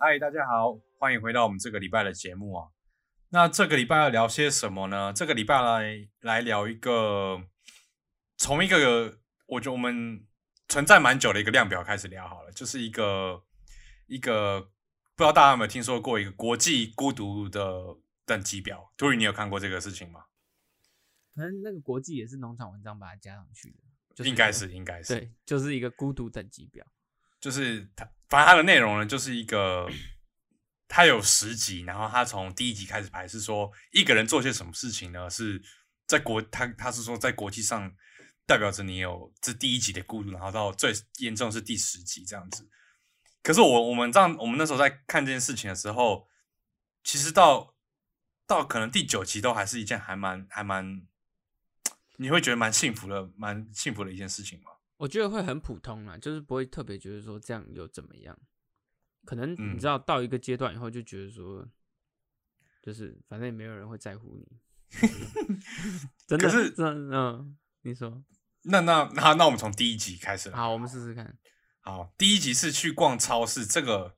嗨，大家好，欢迎回到我们这个礼拜的节目啊。那这个礼拜要聊些什么呢？这个礼拜来来聊一个，从一个我觉得我们存在蛮久的一个量表开始聊好了，就是一个一个不知道大家有没有听说过一个国际孤独的等级表？杜宇，你有看过这个事情吗？可能那个国际也是农场文章把它加上去的，就是应该一个是，应该是，对，就是一个孤独等级表。就是它，反正它的内容呢，就是一个，它有十集，然后它从第一集开始排，是说一个人做些什么事情呢？是在国，他他是说在国际上代表着你有这第一集的孤独，然后到最严重是第十集这样子。可是我我们这样，我们那时候在看这件事情的时候，其实到到可能第九集都还是一件还蛮还蛮，你会觉得蛮幸福的，蛮幸福的一件事情吗？我觉得会很普通啦，就是不会特别觉得说这样有怎么样。可能嗯你知道到一个阶段以后，就觉得说，就是反正也没有人会 在乎你，真的可是真的嗯，你说那那那那我们从第一集开始来好，我们试试看。好，第一集是去逛超市，这个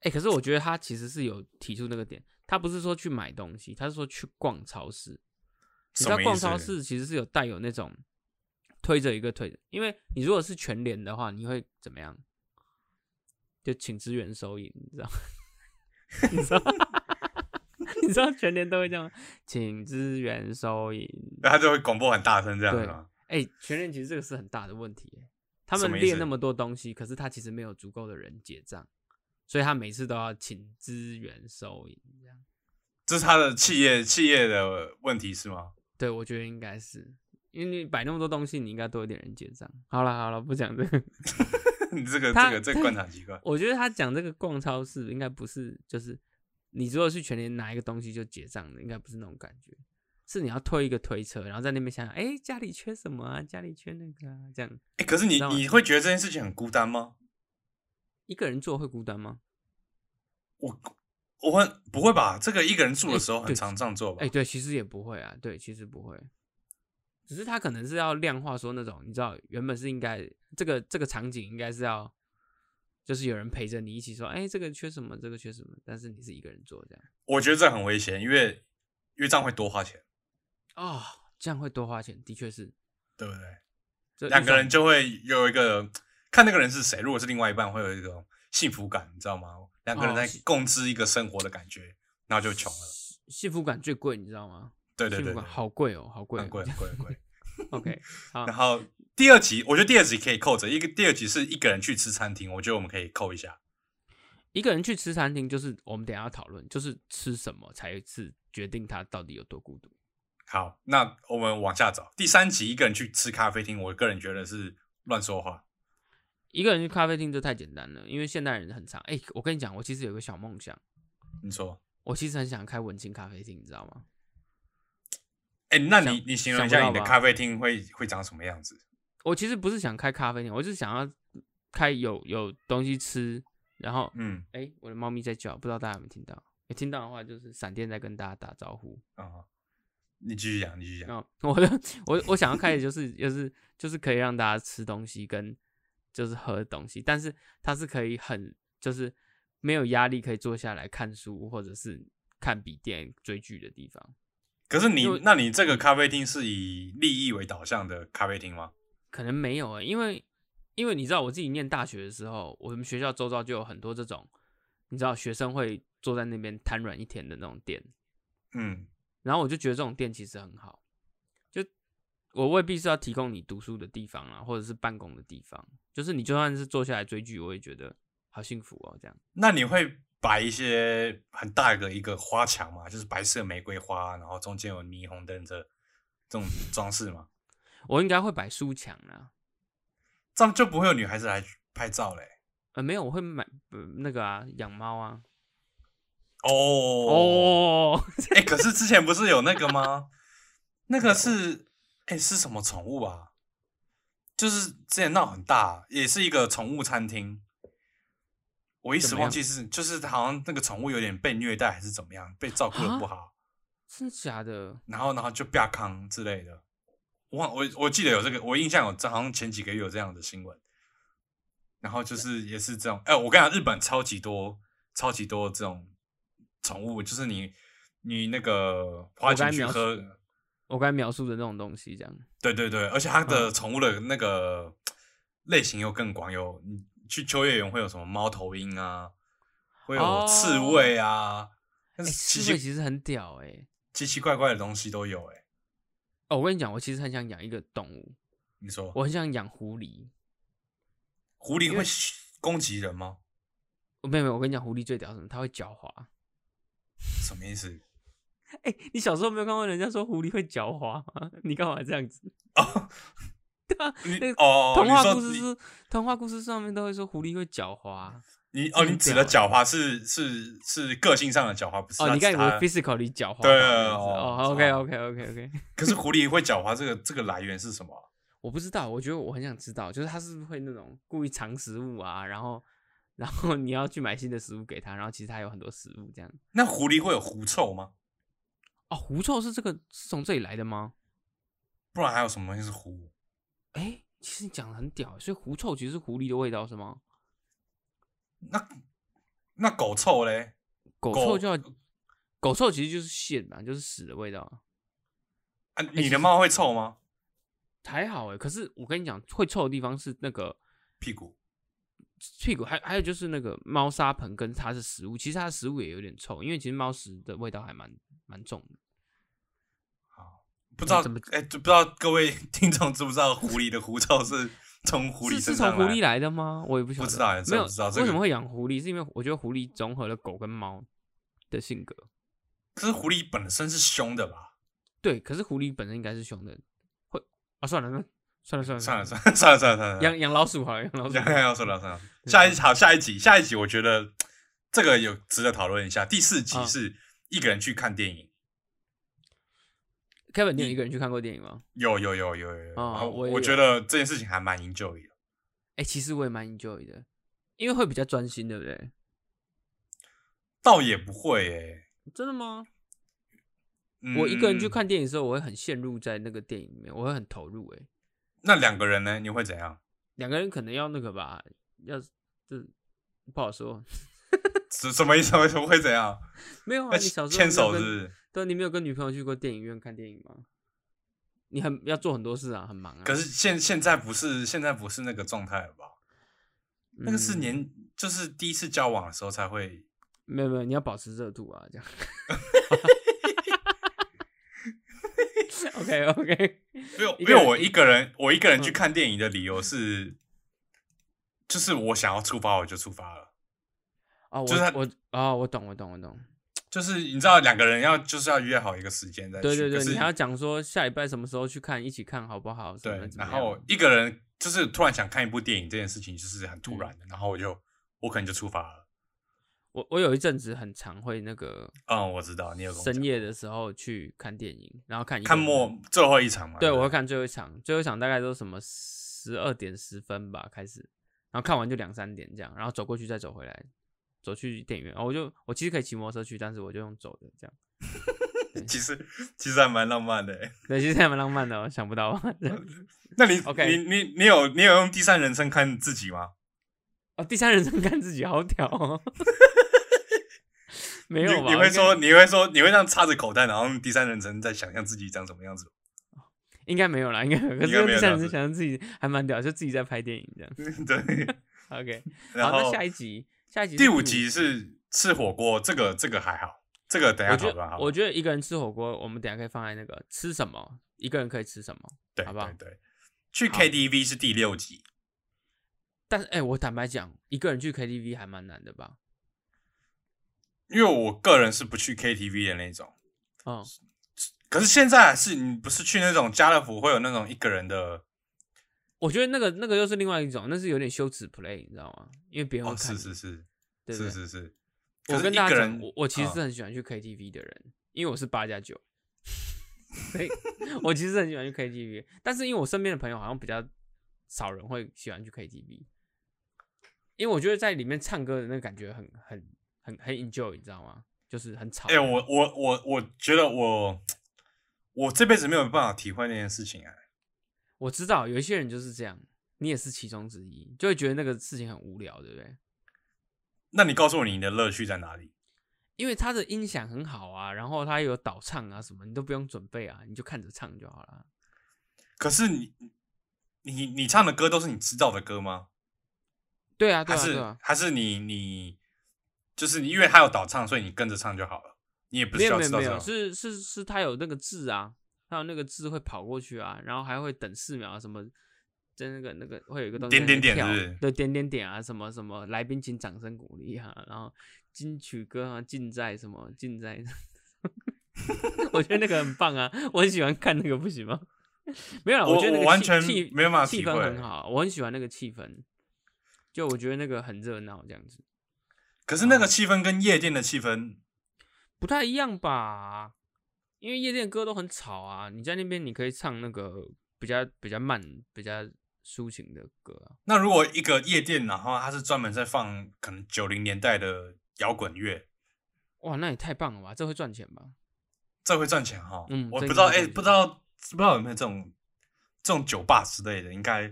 哎、可是我觉得他其实是有提出那个点，他不是说去买东西，他是说去逛超市。你知什道么意逛思超市其实是有带有那种推着一个推着，因为你如果是全联的话，你会怎么样？就请支援收银，你知道吗？ 你知道？你知道全联都会这样吗？请支援收银。那他就会广播很大声这样子对吗？哎、全联其实这个是很大的问题、欸，他什们么意列思那么多东西，可是他其实没有足够的人结账，所以他每次都要请支援收银。这样，这是他的企业企业的问题是吗？ 对我觉得应该是，因为你摆那么多东西，你应该多一点人结账。好了好了，不讲这个。 你这个他这个这个观察奇怪，我觉得他讲这个逛超市应该不是，就是你如果去全联拿一个东西就结账的，应该不是那种感觉，是你要推一个推车，然后在那边想想，哎、家里缺什么啊？家里缺那个啊？这样哎，可是你知道吗你会觉得这件事情很孤单吗？一个人做会孤单吗？我我会不会吧？这个一个人住的诶时候很对常这样做吧哎、？对，其实也不会啊，对，其实不会，只是他可能是要量化说那种，你知道，原本是应该这个这个场景应该是要，就是有人陪着你一起说，哎、这个缺什么，这个缺什么，但是你是一个人做这样，我觉得这很危险，因为因为这样会多花钱，哦，这样会多花钱，的确是，对不对？这两一个种人就会有一个看那个人是谁，如果是另外一半，会有一种幸福感，你知道吗？两个人哦在是共织一个生活的感觉，然后就穷了。幸福感最贵，你知道吗？对对幸对福对感，好贵哦，好贵哦，很贵很贵很贵。 OK，好然，后第二集，我觉得第二集可以扣着，一个第二集是一个人去吃餐厅，我觉得我们可以扣一下。一个人去吃餐厅，就是我们等一下要讨论，就是吃什么才是决定他到底有多孤独。好，那我们往下找。第三集一个人去吃咖啡厅，我个人觉得是乱说话。一个人去咖啡厅这太简单了，因为现代人很常。哎、我跟你讲，我其实有个小梦想，你说，我其实很想开文青咖啡厅，你知道吗？哎，那你想你形容一想不下到你的吧咖啡厅会会长什么样子？我其实不是想开咖啡厅，我就是想要开有有东西吃，然后嗯哎、我的猫咪在叫，不知道大家有没有听到？有听到的话，就是闪电在跟大家打招呼。啊、你继续讲，你继续讲。哦，我的我我想要开的就是就是就是可以让大家吃东西跟就是喝东西，但是它是可以很就是没有压力，可以坐下来看书或者是看笔电追剧的地方。可是你因为，那你这个咖啡厅是以利益为导向的咖啡厅吗？可能没有诶、因为因为你知道我自己念大学的时候，我们学校周遭就有很多这种，你知道学生会坐在那边瘫软一天的那种店，嗯，然后我就觉得这种店其实很好，就我未必是要提供你读书的地方啦，或者是办公的地方，就是你就算是坐下来追剧，我也觉得好幸福哦，这样。那你会摆一些很大的一个花墙吗？就是白色玫瑰花，然后中间有霓虹灯的这种装饰吗？我应该会摆书墙啊啦，这样就不会有女孩子来拍照嘞。呃，没有，我会买、呃、那个啊，养猫啊。哦，哦，哎、可是之前不是有那个吗？那个是，哎、是什么宠物啊？就是之前闹很大，也是一个宠物餐厅。我一时怎么样忘记是，就是好像那个宠物有点被虐待还是怎么样，被照顾的不啊好，真的假的？然后然后就啪康之类的。我忘我我记得有这个，我印象有，这好像前几个月有这样的新闻。然后就是也是这种，哎、我跟你讲，日本超级多超级多这种宠物，就是你你那个花钱我刚才去描述喝，我刚才描述的那种东西，这样对对对，而且它嗯的宠物的那个类型又更广，有你去秋叶原会有什么猫头鹰啊，会有哦刺猬啊，但哎、是奇刺猬奇其实很屌哎、奇奇怪怪的东西都有、哎，哦，我跟你讲，我其实很想养一个动物，你说我很想养狐狸。狐狸会攻击人吗？哦没有没有，我跟你讲，狐狸最屌是什么？它会狡猾。什么意思？哎、你小时候没有看过人家说狐狸会狡猾吗？ 你干嘛这样子？哦，你那哦，童话你说故事你是童话故事上面都会说狐狸会狡猾。你哦，这你很指屌的狡猾是是是个性上的狡猾，不啊是哦，它你刚以为它 physically 狡猾吧？对这样子哦哦操，OK OK OK OK，可是狐狸会狡猾，这个这个来源是什么啊？ 我不知道，我觉得我很想知道，就是它是不是会那种故意藏食物啊，然后然后你要去买新的食物给它，然后其实它有很多食物这样。那狐狸会有狐臭吗？哦，狐臭是这个是从这里来的吗？不然还有什么东西是狐？哎，其实你讲的很屌，欸所以狐臭其实是狐狸的味道是吗？那那狗臭嘞？狗狗臭叫狗臭其实就是 shit 嘛，就是屎的味道。啊啊，哎其你实的猫会臭吗？还好哎，可是我跟你讲，会臭的地方是那个屁股屁股，还还有就是那个猫砂盆跟它的食物，其实它的食物也有点臭，因为其实猫食的味道还蛮蛮重的。不知道怎么？哎、就不知道各位 听众知不知道狐狸的狐臭是从狐狸 是是身从上狐来？狸来的吗？我也不晓得，不知道哎没真有不知道这个为什么会养狐狸，是因为我觉得狐狸综合了狗跟猫的性格。可是狐狸本身是凶的吧？对，可是狐狸本身应该是凶的，会啊，算了，那算了算了算了算了算了算了算了，养养老鼠好了，养老鼠 要要算了算了，下一好下一集下一集，我觉得这个有值得讨论一下。第四集啊是一个人去看电影， Kevin，你有一个人去看过电影吗？有有有有有有，啊啊我也我觉有得这件事情还蛮 enjoy 的。哎、其实我也蛮 enjoy 的，因为会比较专心，对不对？倒也不会诶、真的吗？嗯我一个人去，看电影的时候，我会很陷入在那个电影里面，我会很投入、哎，那两个人呢？你会怎样？两个人可能要那个吧，要这不好说。 什什么意思？为什么会怎样？没有啊，那你小时候牵手没是有不跟是？对，啊你没有跟女朋友去过电影院看电影吗？你很要做很多事啊，很忙啊。可是现现在不是现在不是那个状态了吧？那个是嗯年就是第一次交往的时候才会。没有没有，你要保持热度啊， 这样。OK OK，因为一因为个人我一个人，我一个人去嗯看电影的理由是，就是我想要出发我就出发了，啊、我就是他我啊、我懂我懂我懂。就是你知道两个人要就是要约好一个时间再去，对对对，可你是还要讲说下礼拜什么时候去看，一起看好不好？什么对，怎么然样后一个人就是突然想看一部电影这件事情就是很突嗯然的，然后我就我可能就出发了。我我有一阵子很常会那个嗯，我知道你有跟我讲深夜的时候去看电影，然后看一个看人末最后一场嘛，对，不我会看最后一场，最后一场大概都什么十二点十分吧开始，然后看完就两三点这样，然后走过去再走回来，走去电影院。哦、我就我其实可以骑摩托车去，但是我就用走的这样。其实其实还蛮浪漫的欸。对，其实还蛮浪漫的哦、想不 到吧？这样那你 OK 你你你有你有用第三人称看自己吗？哦，第三人称看自己好屌哦。 没你有你吧？会应该说你会说你会这样插着口袋，然后用第三人称在想象自己长什么样子吗？应该没有啦，应该没有。应可是该用没第有三这样人称子想象自己还蛮屌，就自己在拍电影这样。 对， OK，嗯然好，那后下一集，下一集是第五集是吃火锅，这个这个还好，这个等一下我觉讨论好得了。我觉得一个人吃火锅，我们等一下可以放在那个吃什么，一个人可以吃什么。对好不好对对，去好 KTV 是第六集，但是哎、我坦白讲，一个人去 KTV 还蛮难的吧？因为我个人是不去 KTV 的那种，嗯，可是现在是你不是去那种家乐福会有那种一个人的我觉得那个那个又是另外一种，那是有点羞耻 play，你知道吗？因为别人会哦，看是是你，是对是不对是是，可我是跟一大个家讲，人我我其实嗯是很喜欢去 KTV 的人，因为我是八加九，所以我其实很喜欢去 KTV。但是因为我身边的朋友好像比较少人会喜欢去 KTV，因为我觉得在里面唱歌的那个感觉很很很很 enjoy，你知道吗？就是很吵。哎、我我我我觉得我我这辈子没有办法体会那件事情哎、我知道有一些人就是这样，你也是其中之一，就会觉得那个事情很无聊，对不对？那你告诉我你的乐趣在哪里？因为它的音响很好啊，然后它有导唱啊什么，你都不用准备啊，你就看着唱就好了。可是你你你唱的歌都是你知道的歌吗？对啊，对还啊，是、对啊，还是你你就是你因为他有导唱，所以你跟着唱就好了，你也不没需有要没有知道没这有，种。是是是，它有那个字啊，它有那个字会跑过去啊，然后还会等四秒啊什么。在那个那个会有一个东西点点点在那边是不跳是对点点点啊，什么什么来宾请掌声鼓励啊，然后金曲歌啊尽在什么尽在， 我觉得那个很棒啊，我很喜欢看那个，不行吗？ 没有啦，我觉得那个我完气全气没办法气体氛会很好，我很喜欢那个气氛，就我觉得那个很热闹这样子，可是那嗯个气氛跟夜店的气氛，不太一样吧？因为夜店歌都很吵啊，你在那边你可以唱那个比较比较慢、比较抒情的歌啊。那如果一个夜店，然后它是专门在放可能九零年代的摇滚乐，哇，那也太棒了吧！这会赚钱吧？这会赚钱哈。嗯我这不知道，应该哎、会不知道不知道有没有这种这种酒吧之类的，应该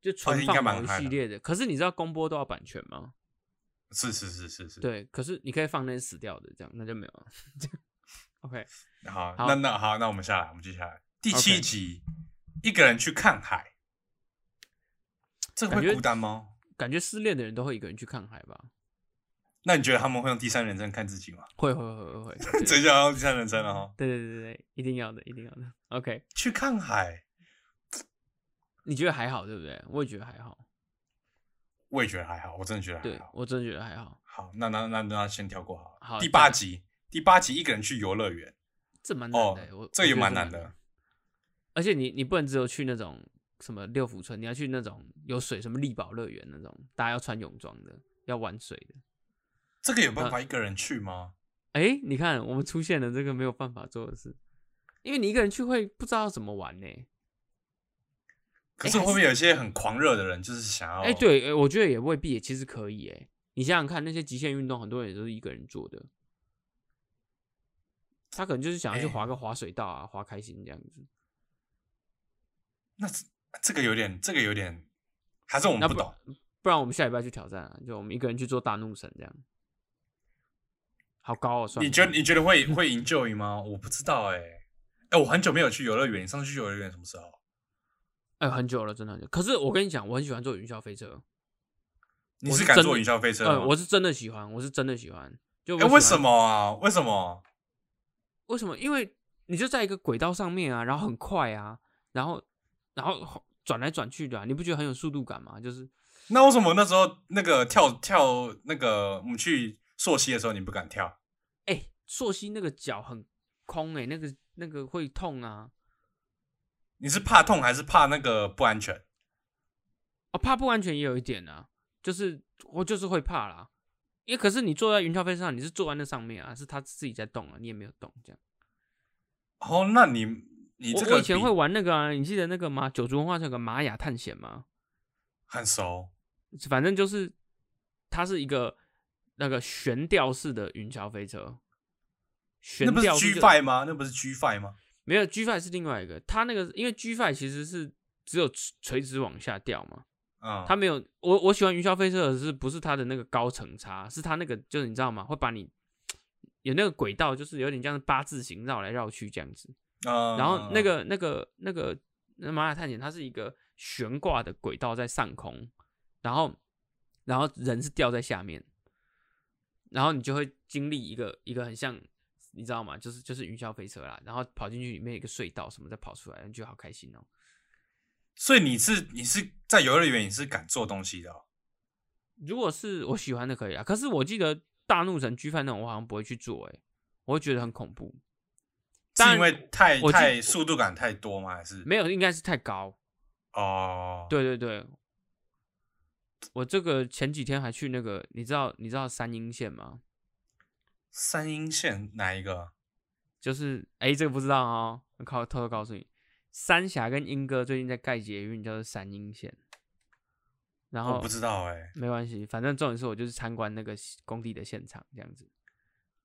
就而传且应该放蛮某一嗨系的列的，可是你知道公播都要版权吗？是是是是是。，对，可是你可以放那些死掉的，这样那就没有了。OK，好，好那那好，那我们下来，我们接下来第 OK 七集一个人去看海，这个感会觉孤单吗？感觉失恋的人都会一个人去看海吧？那你觉得他们会用第三人称看自己吗？会会会会会，对 嗯这就要用第三人称了哈。对对对对，一定要的，一定要的。OK，去看海，你觉得还好对不对？我也觉得还好，我也觉得还好，我真的觉得还对好。我真的觉得还好。好，那那那那先跳过好了。好第再八来集，第八集一个人去游乐园，这蛮难哦的欸、我这个也蛮难。我觉得的这。而且你你不能只有去那种什么六福村，你要去那种有水，什么力宝乐园那种，大家要穿泳装的，要玩水的。这个有嗯办法一个人去吗？哎、你看我们出现了这个没有办法做的事，因为你一个人去会不知道怎么玩呢、可是会不会有一些很狂热的人，就是想要？哎、，对、欸我觉得也未必，其实可以哎、你想想看，那些极限运动，很多人也都是一个人做的，他可能就是想要去哎滑个滑水道啊，滑开心这样子。那这这个有点，这个有点，还是我那们不不懂。不然我们下礼拜去挑战啊，就我们一个人去做大怒神这样，好高哦！算了你觉得你觉得会会 enjoy 吗？我不知道哎、哎、我很久没有去游乐园，你上次去游乐园什么时候？哎、很久了，真的很久。可是我跟你讲，我很喜欢坐云霄飞车，你我是敢真坐的云霄飞车呃，吗？我是真的喜欢，我是真的喜欢。就我啊哎、喜欢为什？么啊？为什么？为什么？因为你就在一个轨道上面啊，然后很快啊，然后然后转来转去的啊、你不觉得很有速度感吗？就是那为什么那时候那个跳跳那个我们去朔溪的时候你不敢跳？哎、朔溪那个脚很空哎、那个那个会痛啊，你是怕痛还是怕那个不安全？哦，怕不安全也有一点啊，就是我就是会怕啦。因为可是你坐在云霄飞车上，你是坐在那上面啊，是它自己在动啊，你也没有动这样。哦，那你你这我我个以前比会玩那个啊，你记得那个吗？九族文化村有个玛雅探险吗？很熟，反正就是它是一个那个悬吊式的云霄飞车，悬那不是吊 G 就 Five 吗？那不是 G Five 吗？没有 G Five 是另外一个，它那个因为 G Five 其实是只有垂垂直往下掉嘛，嗯，它没有我我喜欢云霄飞车的是不是它的那个高层差，是它那个就是你知道吗？会把你有那个轨道，就是有点像是八字形绕来绕去这样子。嗯然后那个那个那个那玛雅探险，它是一个悬挂的轨道在上空，然后然后人是吊在下面，然后你就会经历一个一个很像你知道吗？就是就是云霄飞车啦，然后跑进去里面有一个隧道什么再跑出来，你觉得好开心哦。所以你是你是在游乐园你是敢做东西的哦、如果是我喜欢的可以啊，可是我记得大怒神狙犯那种我好像不会去做、欸，我会觉得很恐怖。当是然因为太我记太速度感太多吗？还是没有，应该是太高。哦？，对对对，我这个前几天还去那个，你知道你知道三阴线吗？三阴线哪一个？就是哎、这个不知道哦，我靠，偷偷告诉你，三峡跟莺歌最近在盖捷运，叫做三阴线。然我后不知道哎、没关系，反正重点是我就是参观那个工地的现场这样子。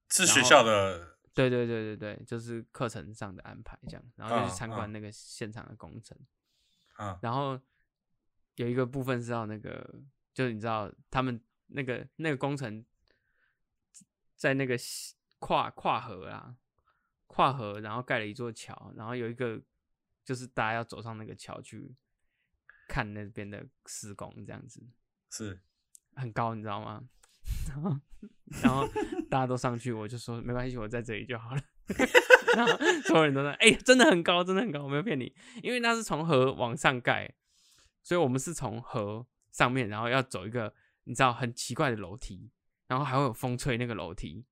是然学后校的对对对对对，就是课程上的安排这样，然后就去嗯参嗯观那个现场的工程，啊、嗯然后有一个部分是要那个，就是你知道他们那个那个工程在那个西跨跨河啊，跨河，然后盖了一座桥，然后有一个就是大家要走上那个桥去看那边的施工，这样子是很高，你知道吗？ 然后然后大家都上去，我就说没关系，我在这里就好了。 然后所有人都说：“哎、真的很高，真的很高，我没有骗你，因为那是从河往上盖，所以我们是从河上面，然后要走一个你知道很奇怪的楼梯，然后还会有风吹那个楼梯。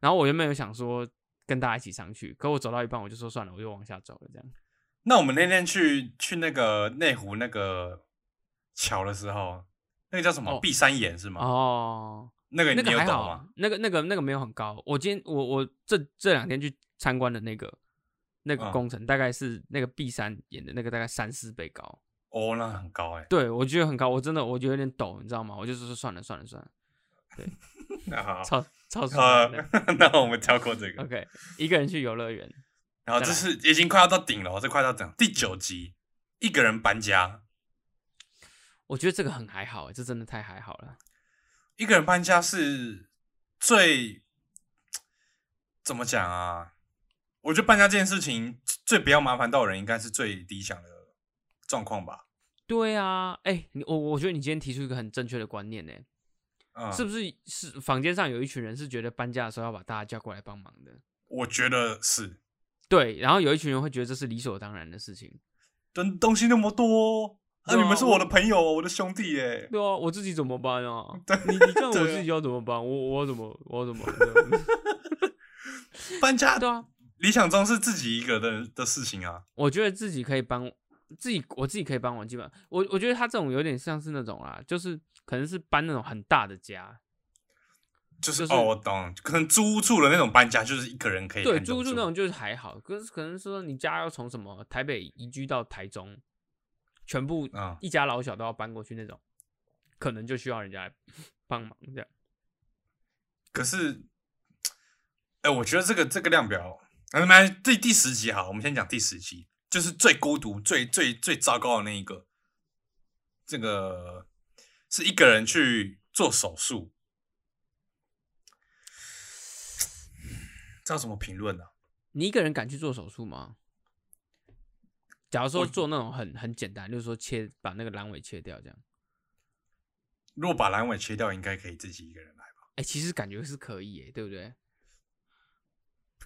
然后我原本有想说跟大家一起上去，可我走到一半我就说算了，我就往下走了，这样那我们那天去去那个内湖那个桥的时候，那个叫什么哦碧山岩是吗？哦。”那个你那个有还懂好吗？，那个那个那个没有很高。我今天我我这这两天去参观的那个那个嗯工程，大概是那个 B 山演的那个大概三四倍高。哦，那很高哎、对我觉得很高，我真的我觉得有点抖，你知道吗？我就是说算了算了算了，那好，超超爽呃的。， 那我们跳过这个， OK，一个人去游乐园，然后这是已经快要到顶了，这快到顶了第九集，一个人搬家，我觉得这个很还好，欸这真的太还好了。一个人搬家是最怎么讲啊？我觉得搬家这件事情最不要麻烦到人，应该是最理想的状况吧。对啊，哎、你我我觉得你今天提出一个很正确的观念呢、嗯，是不是是房间上有一群人是觉得搬家的时候要把大家叫过来帮忙的？我觉得是，对，然后有一群人会觉得这是理所当然的事情。东东西那么多，啊，对啊你们是我我的朋友，我的兄弟耶。对啊，我自己怎么办啊？你你看 我对啊自己要怎么办？我我要怎么我要怎么？ 对搬家啊，理想中是自己一个的的事情啊。我觉得自己可以帮自己，我自己可以帮完，基本上我我觉得他这种有点像是那种啦，就是可能是搬那种很大的家，就是、就是哦，我懂，可能租屋住的那种搬家，就是一个人可以对， handle 租住住那种就是还好，可是可能说你家要从什么台北移居到台中，全部嗯一家老小都要搬过去那种，可能就需要人家来帮忙这样。可是，哎、我觉得这个这个量表，啊那么第第十集好，我们先讲第十集，就是最孤独、最最最糟糕的那一个。这个是一个人去做手术，这要怎么评论呢？啊你一个人敢去做手术吗？假如说我做那种很很简单，就是说切把那个阑尾切掉这样，如果把阑尾切掉，应该可以自己一个人来吧？哎、其实感觉是可以耶，对不对？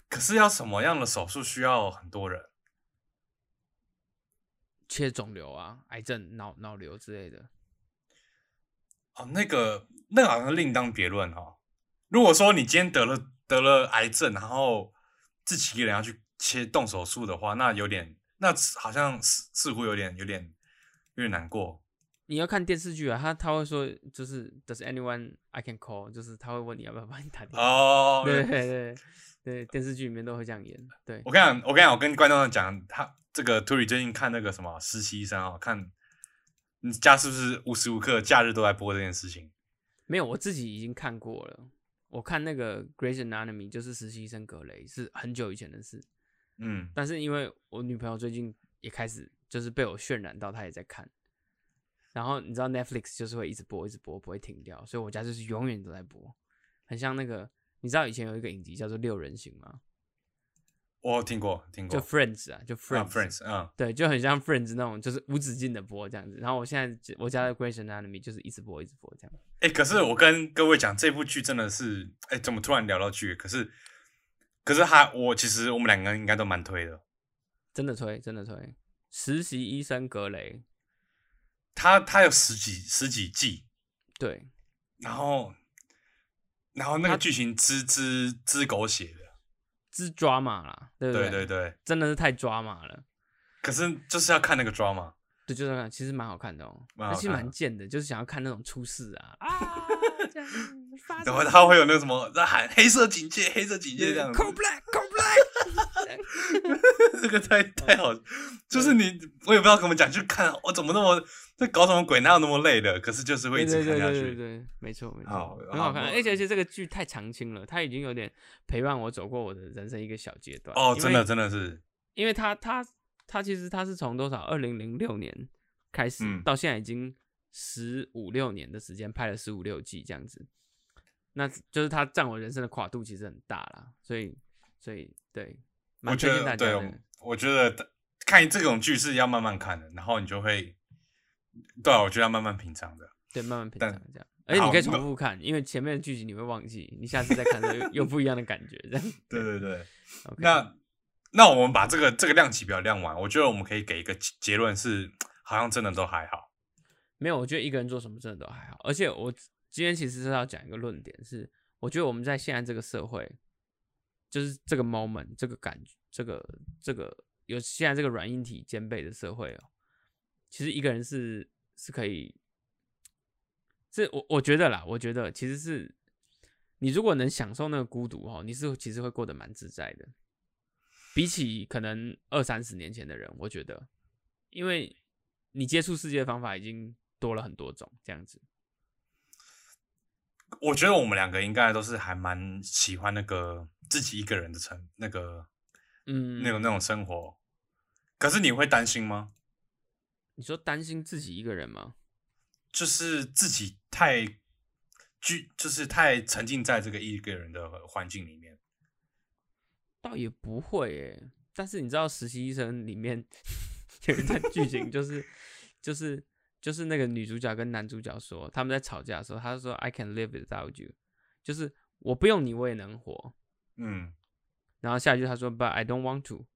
可是要什么样的手术需要很多人？切肿瘤啊、癌症、脑脑瘤之类的，哦，那个那个好像另当别论哦。如果说你今天得了得了癌症，然后自己一个人要去切动手术的话，那有点，那好像似似乎有点有点有点难过。你要看电视剧啊，他他会说就是 Does anyone I can call？就是他会问你要不要帮你打电话。哦，对对对对，电视剧里面都会这样演。对，我跟你讲，我跟你讲，我跟观众讲，他这个 t u r 最近看那个什么实习医生啊、哦，看你家是不是无时无刻假日都在播这件事情？没有，我自己已经看过了。我看那个《Grey's Anatomy》就是实习医生格雷，是很久以前的事。嗯，但是因为我女朋友最近也开始就是被我渲染到，她也在看。然后你知道 Netflix 就是会一直播，一直播，不会停掉，所以我家就是永远都在播，很像那个你知道以前有一个影集叫做《六人行》吗？我听过听过就 Friends 啊，就啊 Friends，、 Friends，嗯，对，就很像 Friends 那种，就是无止境的播这样子。然后我现在我家的 Grey's Anatomy 就是一直播，一直播这样。哎、可是我跟各位讲，这部剧真的是，哎、怎么突然聊到剧？可是，可是他，我其实我们两个人应该都蛮推的。真的推，真的推。实习医生格雷，他他有十几十几季，对然后，然后那个它剧情之之之狗血的，之抓马啦，对不对对对？对。真的是太抓马了。可是就是要看那个 drama，对，就是那样其实蛮好看的哦，蛮而好且看蛮的贱的，就是想要看那种出事啊啊，这 样发然后他会有那个什么在喊黑色警戒、黑色警戒这样子 c o，black c o black，这个太太嗯好，就是你我也不知道怎么讲，就看我怎么那么在搞什么鬼，哪有那么累的？可是就是会对一对直看对下对去。对对，没错没好错，很好看，好嗯而且而且这个剧太长青了，它已经有点陪伴我走过我的人生一个小阶段哦，因真为的真的是，因为他他他其实他是从多少？二零零六年开始、嗯到现在已经十五六年的时间，拍了十五六季这样子，那就是它占我人生的跨度其实很大啦，所以所以对，我蛮觉推荐得大对哦家我的。，我觉得看这种剧是要慢慢看的，然后你就会，对啊、我觉得要慢慢品尝的。对，慢慢品但尝这样。而且你可以好重那复看，因为前面的剧集你会忘记，你下次再看的时候又又不一样的感觉。这样， 对对对， OK 那那我们把这个这个量级表量完，我觉得我们可以给一个结结论是，好像真的都还好。没有，我觉得一个人做什么真的都还好。而且我今天其实是要讲一个论点是，我觉得我们在现在这个社会，就是这个 moment 这个感觉，这个这个有现在这个软硬体兼备的社会哦，其实一个人是是可以，是我我觉得啦，我觉得其实是你如果能享受那个孤独哦，你是其实会过得蛮自在的。比起可能二三十年前的人，我觉得，因为你接触世界的方法已经多了很多种，这样子。我觉得我们两个应该都是还蛮喜欢那个自己一个人的成那个嗯，那种那种生活。可是你会担心吗？你说担心自己一个人吗？就是自己太居，就是太沉浸在这个一个人的环境里面。倒也不会诶、但是你知道《实习医生》里面 有一段剧情，就是就是就是那个女主角跟男主角说，他们在吵架的时候，他就说 “I can live without you”，就是我不用你我也能活。嗯，然后下一句他说 “But I don't want to”，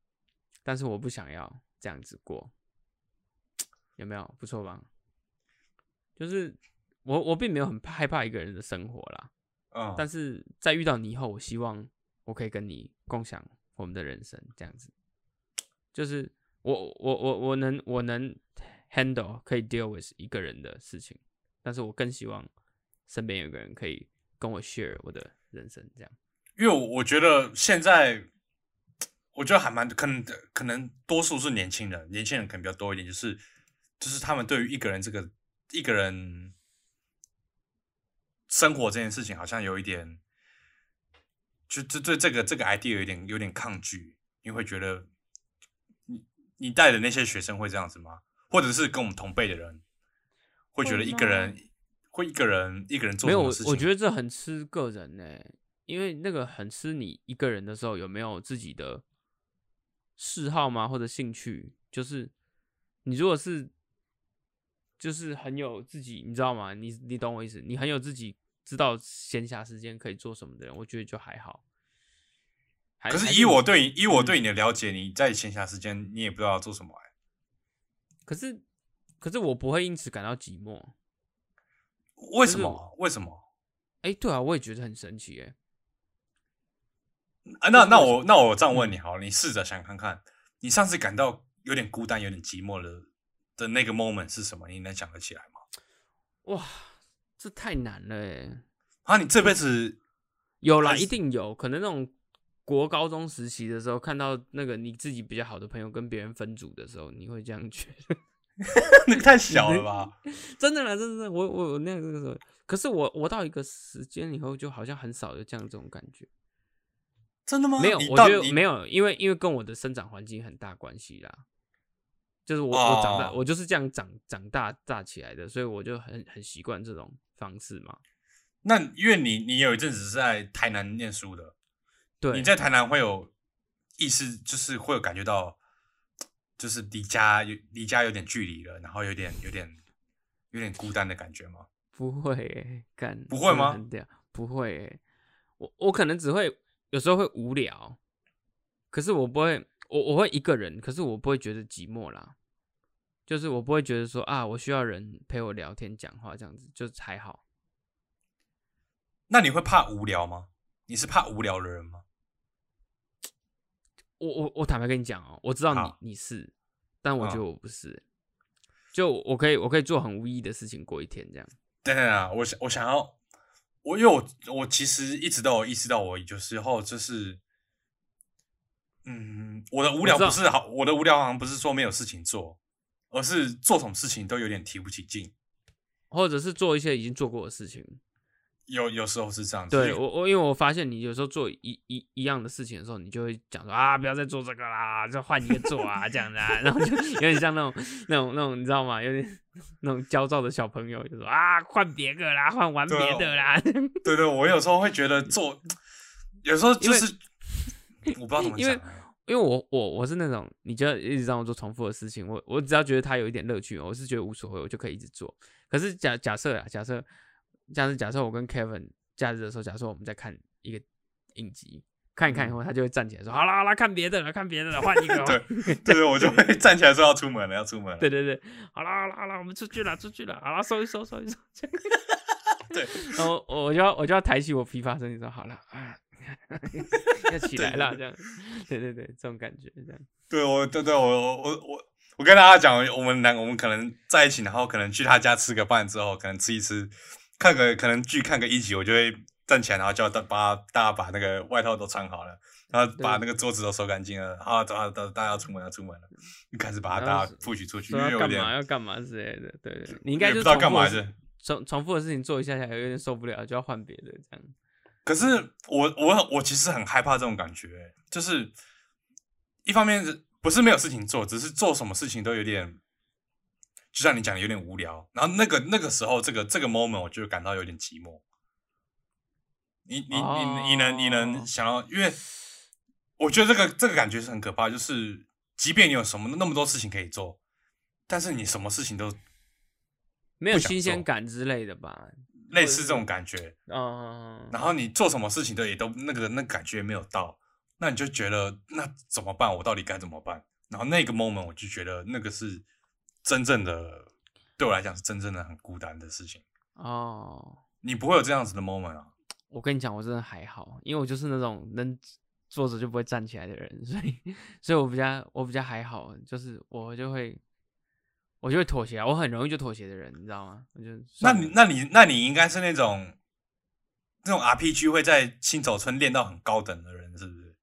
但是我不想要这样子过，有没有不错吧？就是我我并没有很害怕一个人的生活啦，嗯，但是在遇到你以后，我希望我可以跟你共享我们的人生，这样子，就是我我我我能我能 handle 可以 deal with 一个人的事情，但是我更希望身边有一个人可以跟我 share 我的人生，这样。因为我我觉得现在，我觉得还蛮可能，可能多数是年轻人，年轻人可能比较多一点，就是就是他们对于一个人这个一个人生活这件事情，好像有一点，就就对这个这个 idea 有点有点抗拒，你会觉得你你带的那些学生会这样子吗？或者是跟我们同辈的人会觉得一个人会一个人一个人做没什有，么我事情？我觉得这很吃个人呢、因为那个很吃你一个人的时候有没有自己的嗜好吗，或者兴趣？就是你如果是就是很有自己，你知道吗？你你懂我意思？你很有自己知道闲暇时间可以做什么的人，我觉得就还好。还可还是以我你嗯对你以我对你的了解，你在闲暇时间你也不知道要做什么、欸。可是可是我不会因此感到寂寞。为什么？为什么？哎、对啊，我也觉得很神奇哎、啊，那那我那我这样嗯问你好了，你试着想看看，你上次感到有点孤单、有点寂寞的的那个 moment 是什么？你能想得起来吗？哇，这太难了哎、啊，你这辈子有啦，还是一定有可能那种国高中时期的时候，看到那个你自己比较好的朋友跟别人分组的时候，你会这样觉得。 那个太小了吧？真的啦，真的真的，我我我那个时候，可是我我到一个时间以后，就好像很少有这样这种感觉。真的吗？没有，你我到觉得你没有，因为因为跟我的生长环境很大关系啦。就是我、我长大，哦我就是这样长长大大起来的，所以我就很很习惯这种方式嘛。那因为你你有一阵子是在台南念书的，对，你在台南会有意识，就是会有感觉到，就是离家有离家有点距离了，然后有点有点有点孤单的感觉吗？不会、欸，干不会吗真的很屌，不会、欸，我我可能只会有时候会无聊，可是我不会，我我会一个人，可是我不会觉得寂寞啦，就是我不会觉得说啊，我需要人陪我聊天讲话这样子，就还好。那你会怕无聊吗？你是怕无聊的人吗？我我我坦白跟你讲哦、我知道好你你是，但我嗯觉得我不是欸、就我可以我可以做很无意义的事情过一天这样。等等啊，我想我想要，我因为我我其实一直都有意识到，我有时候就是，嗯，我的无聊我知道不是好，我的无聊好像不是说没有事情做，而是做什么事情都有点提不起劲。或者是做一些已经做过的事情，有有时候是这样子。对就我我因为我发现你有时候做一一一样的事情的时候，你就会讲说啊，不要再做这个啦，就换一个做啊，这样子啊，然后就 有点像那种那种那种，你知道吗？有点 那种焦躁的小朋友，就说啊，换别个啦，换玩别的啦， 对对，我有时候会觉得 做，有时候就是我不知道怎么因讲为欸。因为我我我是那种，你就一直让我做重复的事情，我我只要觉得它有一点乐趣，我是觉得无所谓，我就可以一直做。可是假假设啊，假设假设假设我跟 Kevin 假日的时候，假设我们在看一个影集，看一看以后，他就会站起来说：“好啦好啦，看别的了，看别的了，换一个、哦。嗯对对，我就会站起来说要出门了，要出门了。对”对对好啦好啦好啦，我们出去了出去了，好啦收一收收一收。这样 对， 然后我我就要我就要抬起我疲乏身体说：“好了啊， 要起来了。”这样，对对对，这种感觉这样。对我对对我我我我我跟大家讲，我们两我们可能在一起，然后可能去他家吃个饭之后，可能吃一吃，看个可能剧看个一集，我就会站起来，然后叫大把大家把那个外套都穿好了，然后把那个桌子都收干净了，啊，大家大大家要出门要出门了，就开始把然后大家是 push 出去，说因为要有干嘛点要干嘛之类的，对对，你你应该也不就是知道重干复嘛的去事。重重复的事情做一下下，有点受不了，就要换别的这样。可是我我我其实很害怕这种感觉，欸就是一方面是不是没有事情做，只是做什么事情都有点，就像你讲的有点无聊。然后那个那个时候，这个这个 moment 我就感到有点寂寞。你你你你能你能哦想到，因为我觉得这个这个感觉是很可怕，就是即便你有什么那么多事情可以做，但是你什么事情都没有不想新鲜做哦感之类的吧？类似这种感觉。嗯，然后你做什么事情都也都那个那感觉也没有到，那你就觉得那怎么办？我到底该怎么办？然后那个 moment 我就觉得那个是真正的对我来讲是真正的很孤单的事情。哦，你不会有这样子的 moment 啊？我跟你讲，我真的还好，因为我就是那种能坐着就不会站起来的人，所以 所以我比较我比较还好，就是我就会我就会妥协啊，我很容易就妥协的人，你知道吗？我就那算你了那你那你应该是那种那种 RPG 会在新手村练到很高等的人，是不是？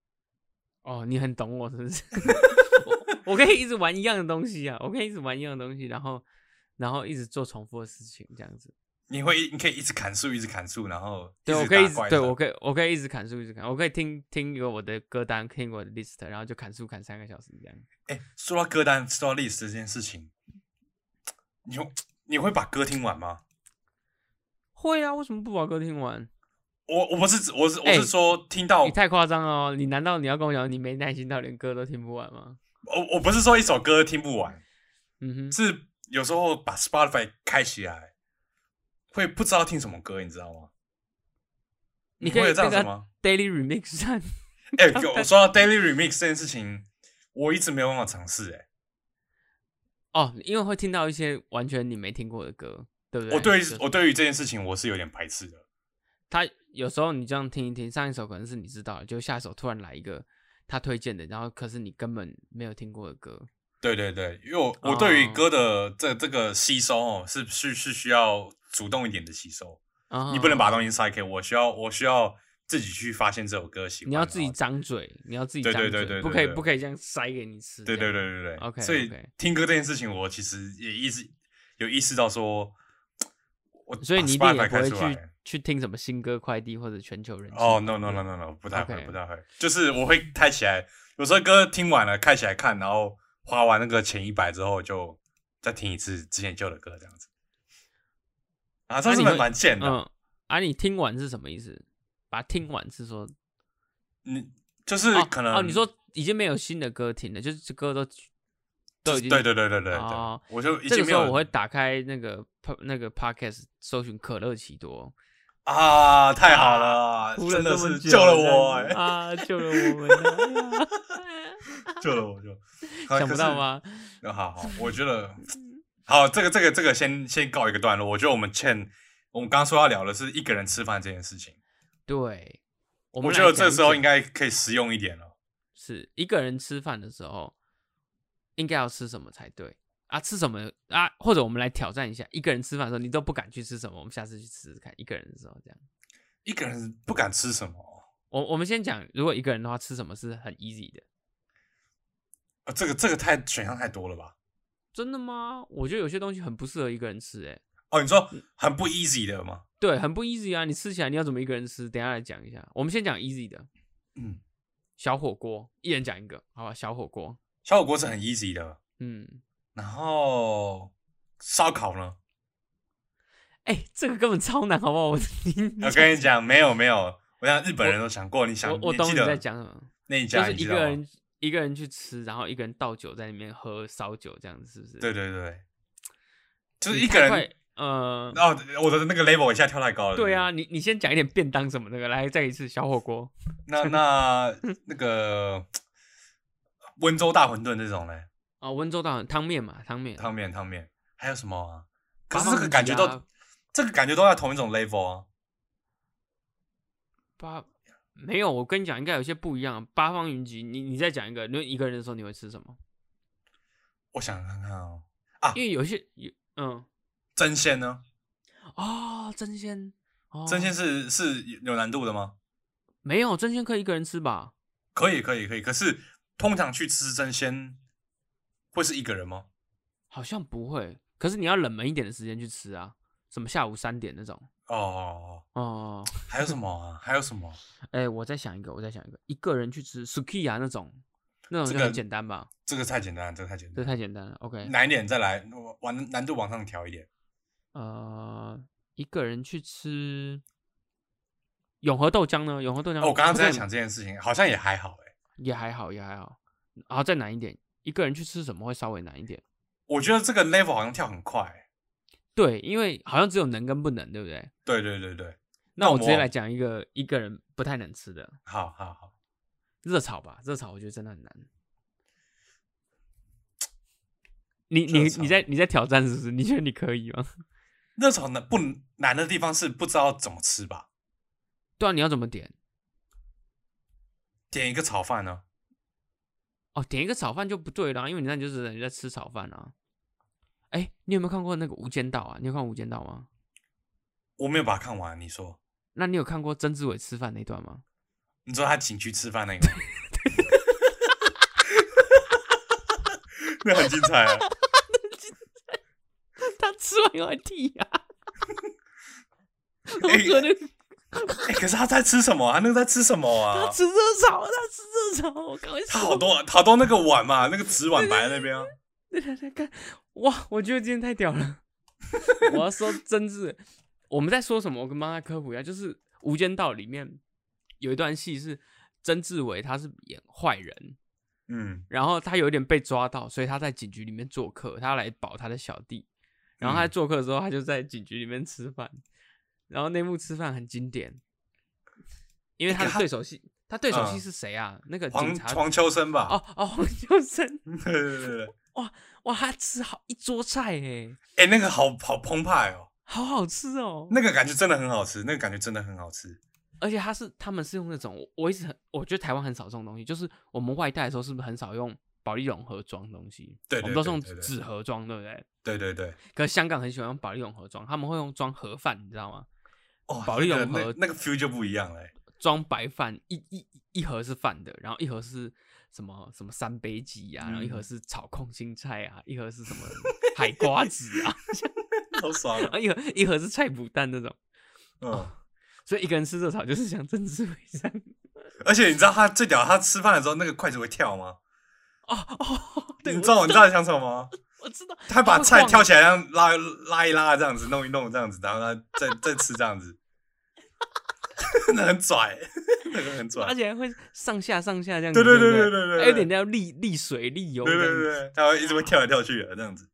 哦，你很懂我是不是？ 我我可以一直玩一样的东西啊，我可以一直玩一样的东西，然后然后一直做重复的事情，这样子。你会你可以一直砍树，一直砍树，然后对，一我直可以一打直怪对的我可以我可以一直砍树，一直砍，我可以听听一个我的歌单，听我的 list，然后就砍树砍三个小时这样。哎，说到歌单，说到 list 这件事情，你会你会把歌听完吗？会啊，为什么不把歌听完？我我不是指我是我哎是说听到、你太夸张了哦！你难道你要跟我讲你没耐心到连歌都听不完吗？我我不是说一首歌听不完，嗯哼，是有时候把 Spotify 开起来，会不知道听什么歌，你知道吗？你会可以有这那样子个吗？ daily remix 啊上哎、有我说到 Daily Remix 这件事情，我一直没有办法尝试、哎， 哦，因为会听到一些完全你没听过的歌，对不对？我哦对于就是我对于这件事情我是有点排斥的。他有时候你这样听一听，上一首可能是你知道的，就下一首突然来一个他推荐的，然后可是你根本没有听过的歌。对对对，因为我哦我对于歌的这这个吸收哦，是是是需要主动一点的吸收，啊你不能把东西塞给我，我需要我需要自己去发现这首歌喜欢。你要自己然后张嘴，你要自己对张对嘴，对对对不可以对不可以这样塞给你吃。对这对样，对对对。 OK，所以 OK 听歌这件事情，我其实也意识有意识到说，我所以把你一定也 Spotify 不会开出来去去听什么新歌快递或者全球人气哦、榜 no no no no no，不太会 OK 不太会，就是我会开起来，有时候歌听完了开起来看，然后花完那个前一百之后，就再听一次之前旧的歌这样子。啊，这样那是你蛮会蛮贱的。嗯，啊，你听完是什么意思？把听完是说，你就是哦可能哦，你说已经没有新的歌听了，就是歌都都已经对对对对对对，哦我就已这经个没时候有我会打开那个 po- 那个 podcast 搜寻可乐奇多，啊，太好了，哭 真了的这么是久救了我、这样哎子啊，救了我们啊、 救了我就 想不到？吗？那好好，我觉得好，这个这个这个先先告一个段落。我觉得我们欠我们刚刚说要聊的是一个人吃饭这件事情，对，我我们觉得来讲这一时候讲应该可以实用一点了。是一个人吃饭的时候，应该要吃什么才对啊？吃什么啊？或者我们来挑战一下，一个人吃饭的时候你都不敢去吃什么，我们下次去吃吃看。一个人的时候这样，一个人不敢吃什么，我我们先讲，如果一个人的话，吃什么是很 easy 的。啊、这个这个太选项太多了吧？真的吗？我觉得有些东西很不适合一个人吃、欸，哎，哦，你说很不 easy 的吗？对，很不 easy 啊！你吃起来你要怎么一个人吃？等一下来讲一下。我们先讲 easy 的嗯，小火锅，一人讲一个，好吧？小火锅，小火锅是很 easy 的，嗯，然后烧烤呢？哎、这个根本超难，好不好？我 你你我跟你讲，没有没有，我想日本人都想过，你想我我你懂记你得在讲什么，那一就家，是你一知个道吗？人一个人去吃，然后一个人倒酒在里面喝烧酒，这样子是不是？对，对对，就是你一个太人。快，呃，哦，我的那个 level 一下跳太高了。对啊，你你先讲一点便当什么那个，来再一次小火锅，那那那个温州大馄饨这种嘞，啊、温州大汤面嘛，汤面，汤面汤面，还有什么啊？可是八方这个云感集觉都啊，这个感觉都在同一种 level 啊。八没有，我跟你讲，应该有些不一样。八方云集，你你再讲一个，你一个人的时候你会吃什么？我想看看哦，因为有些有嗯真鲜呢？哦，真鲜哦，真鲜是是有难度的吗？没有真鲜可以一个人吃吧？可以可以可以，可是通常去吃真鲜会是一个人吗？好像不会，可是你要冷门一点的时间去吃啊，什么下午三点那种哦，哦。还有什么啊？还有什 么？哎、我再想一个，我再想一个，一个人去吃 Sukiya 那种，那种这嗯就个很简单吧？这个太简单了，这个太简这单了。太简单了。OK，难一点再来，往难度往上调一点。呃，一个人去吃永和豆浆呢？永和豆浆，哦，我刚刚不在对想这件事情，好像也还好哎、也还好，也还好。然后再难一点，一个人去吃什么会稍微难一点。我觉得这个 level 好像跳很快、欸对，因为好像只有能跟不能，对不对？对对对对，那我我直接来讲一个一个人不太能吃的好好好，热炒吧，热炒我觉得真的很难。你热你炒你在你在挑战是不是？你觉得你可以吗？ 热炒难不难的地方是不知道怎么吃吧？对啊，你要怎么点？点一个炒饭呢？哦，点一个炒饭就不对啦，因为你那你就是等于在吃炒饭啊。哎，你有没有看过那个《无间道》啊？你有看《无间道》吗？我没有把它看完，你说，那你有看过曾志伟吃饭那段吗？ 你说他请去吃饭那个吗， 那很精彩啊！他吃完以后还剔 牙，我哎可能哎、可是他在吃什么啊？那个在吃什么他啊？吃热炒，他吃热炒，我刚他好多好多那个碗嘛，那个纸碗摆在那边啊。在看，哇，我觉得今天太屌了。 我要说真挚，我们在说什么？我跟妈妈科普一下，就是《无间道》里面有一段戏是曾志伟他是演坏人，嗯，然后他有点被抓到，所以他在警局里面做客，他要来保他的小弟。然嗯后他在做客的时候，他就在警局里面吃饭，然后那幕吃饭很经典，因为他的对手戏，他对手戏哎嗯是谁啊？那个警黄察黄秋生吧？哦哦，黄秋生， 对对对对，哇，他吃好一桌菜哎，哎、那个好好澎湃哦，好好吃哦。那个感觉真的很好吃，那个感觉真的很好吃。而且他是他们是用那种，我我一直很，我觉得台湾很少这种东西，就是我们外带的时候是不是很少用保利龙盒装东西？对对我们都是对用对对纸盒装，对不对？对对对，可是香港很喜欢用保利龙盒装，他们会用装盒饭，你知道吗？哦，保利那个融合那那个 feel 就不一样了、欸。装白饭，一一一盒是饭的，然后一盒是什么什么三杯鸡啊，嗯然后一盒是炒空心菜啊，一盒是什么海瓜子啊，好爽然后一盒一盒是菜脯蛋那种。嗯，所以一个人吃热炒就是像政治 伪善而且你知道他最屌，他吃饭的时候那个筷子会跳吗？哦哦，对，你我知道你知道在想什么吗？我知道，他把菜跳跳起来，这样拉拉一拉，这样子弄一弄，这样子，然后他再再吃这样子， 那很拽，那个很拽而。且还会上下上下这样子，对对对对对不对对对还有点要沥沥水沥油这对样对子，对对，他会一直会跳来跳去的这样子，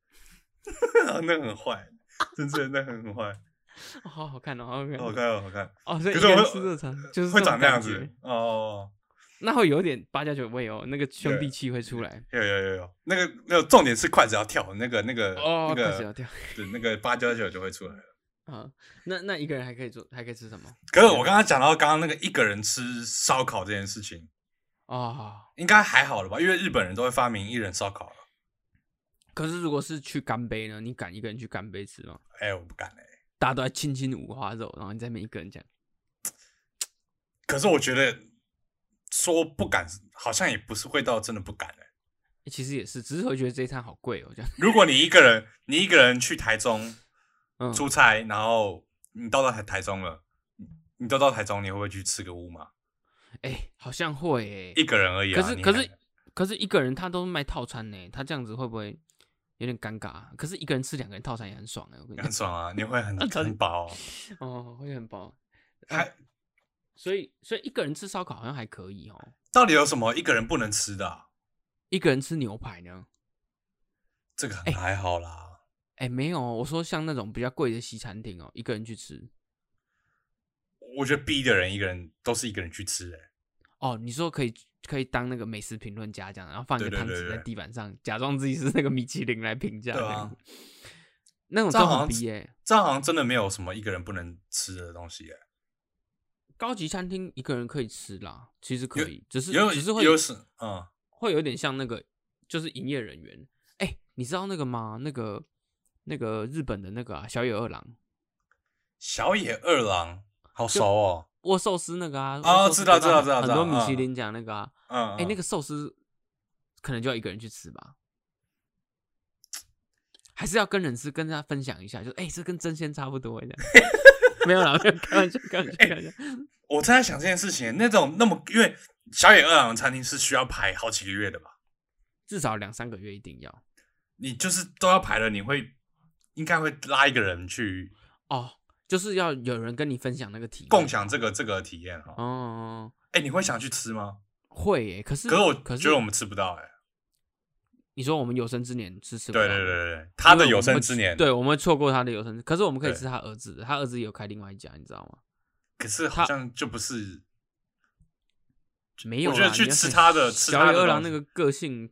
然后那很坏，真是那很坏，哦好好看哦，好好看，好看哦好看，哦，所以一可是个人我吃热 炒就是会这种长那样感觉子哦。那会有点八加九味哦，那个兄弟对气会出来。有有有有，那个那个重点是筷子要跳，那个那个哦，那快死要个掉对那个八加九就会出来了。啊！那那一个人还可以做，还可以吃什么？可是我刚刚讲到刚刚那个一个人吃烧烤这件事情，哦，应该还好了吧？因为日本人都会发明一人烧烤了。可是如果是去干杯呢？你敢一个人去干杯吃吗？哎、我不敢哎、大家都在亲亲五花肉，然后你在那边一个人讲，可是我觉得说不敢，好像也不是会到真的不敢哎、欸其实也是，只是会觉得这一餐好贵哦，这样。如果你一个人，你一个人去台中，嗯，出差，然后你到到台台中了，你你都到台中，你会不会去吃个乌马？哎、好像会哎、一个人而已、啊。可是你可还是可是一个人他都卖套餐呢、他这样子会不会有点尴尬、啊？可是一个人吃两个人套餐也很爽哎、我跟你很讲，爽啊，你会很很很饱、哦。 哦，会很饱。还所以所以一个人吃烧烤好像还可以哦，到底有什么一个人不能吃的啊、一个人吃牛排呢？这个很还好啦。哎、没有哦，我说像那种比较贵的西餐厅哦，一个人去吃我觉得逼的人一个人都是一个人去吃、欸，哦，你说可以可以当那个美食评论家这样，然后放一个对对汤对匙对在地板上，假装自己是那个米其林来评价，对这啊样子那种这样都好很像逼哎、这样好像真的没有什么一个人不能吃的东西、欸，高级餐厅一个人可以吃啦，其实可有以，只是也有只是会也有是嗯，会有点像那个就是营业人员。哎、你知道那个吗？那个那个日本的那个、啊、小野二郎小野二郎好熟哦，握寿司那个啊，哦握寿司知道得到知道知道很多知米道其嗯林奖那个啊，嗯，哎、那个个寿司可能就要一个人去吃吧，还是要跟人吃，跟大家分享一下，就哎、这跟真鲜差不多这样。 没有啦，没有开玩笑，开玩笑，开玩笑。我正在想这件事情，那种那么因为小野二郎的餐厅是需要排好几个月的吧，至少两三个月一定要你就是都要排了，你会应该会拉一个人去哦，就是要有人跟你分享那个体验共享这个这个体验哈、哦。哦，哎、你会想去吃吗？会耶。可是可是我可觉得我们吃不到哎、你说我们有生之年支持不对到对对吗，对对，他的因为我有们生会之年，对，我们会错过他的有生之，可是我们可以对吃他儿子的，他儿子也有开另外一家，你知道吗？可是他好像就不是没有啦，我觉得去你要吃想他的吃小他野的二郎那东西个个性，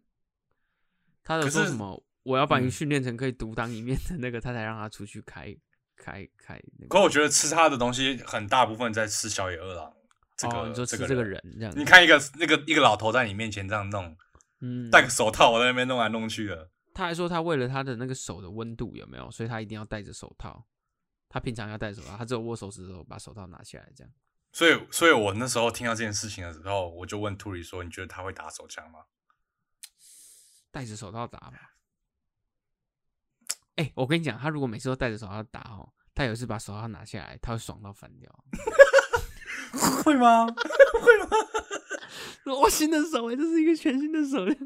他的可说是什么？我要把你嗯训练成可以独当一面的那个，他才让他出去开开开那个。可我觉得吃他的东西很大部分在吃小野二郎这个、哦，你说吃个这个人这样子，你看一个那个一个老头在你面前这样弄，嗯，戴个手套在那边弄来弄去的，他还说他为了他的那个手的温度有没有，所以他一定要戴着手套。他平常要戴手套，他只有握手指的时候把手套拿下来这样。所以所以我那时候听到这件事情的时候，我就问兔里说：“你觉得他会打手枪吗 戴着手套打嘛。哎、我跟你讲，他如果每次都戴着手套打哦，他有一次把手套拿下来，他会爽到翻掉。？”会吗？ 我新的手哎、这是一个全新的手。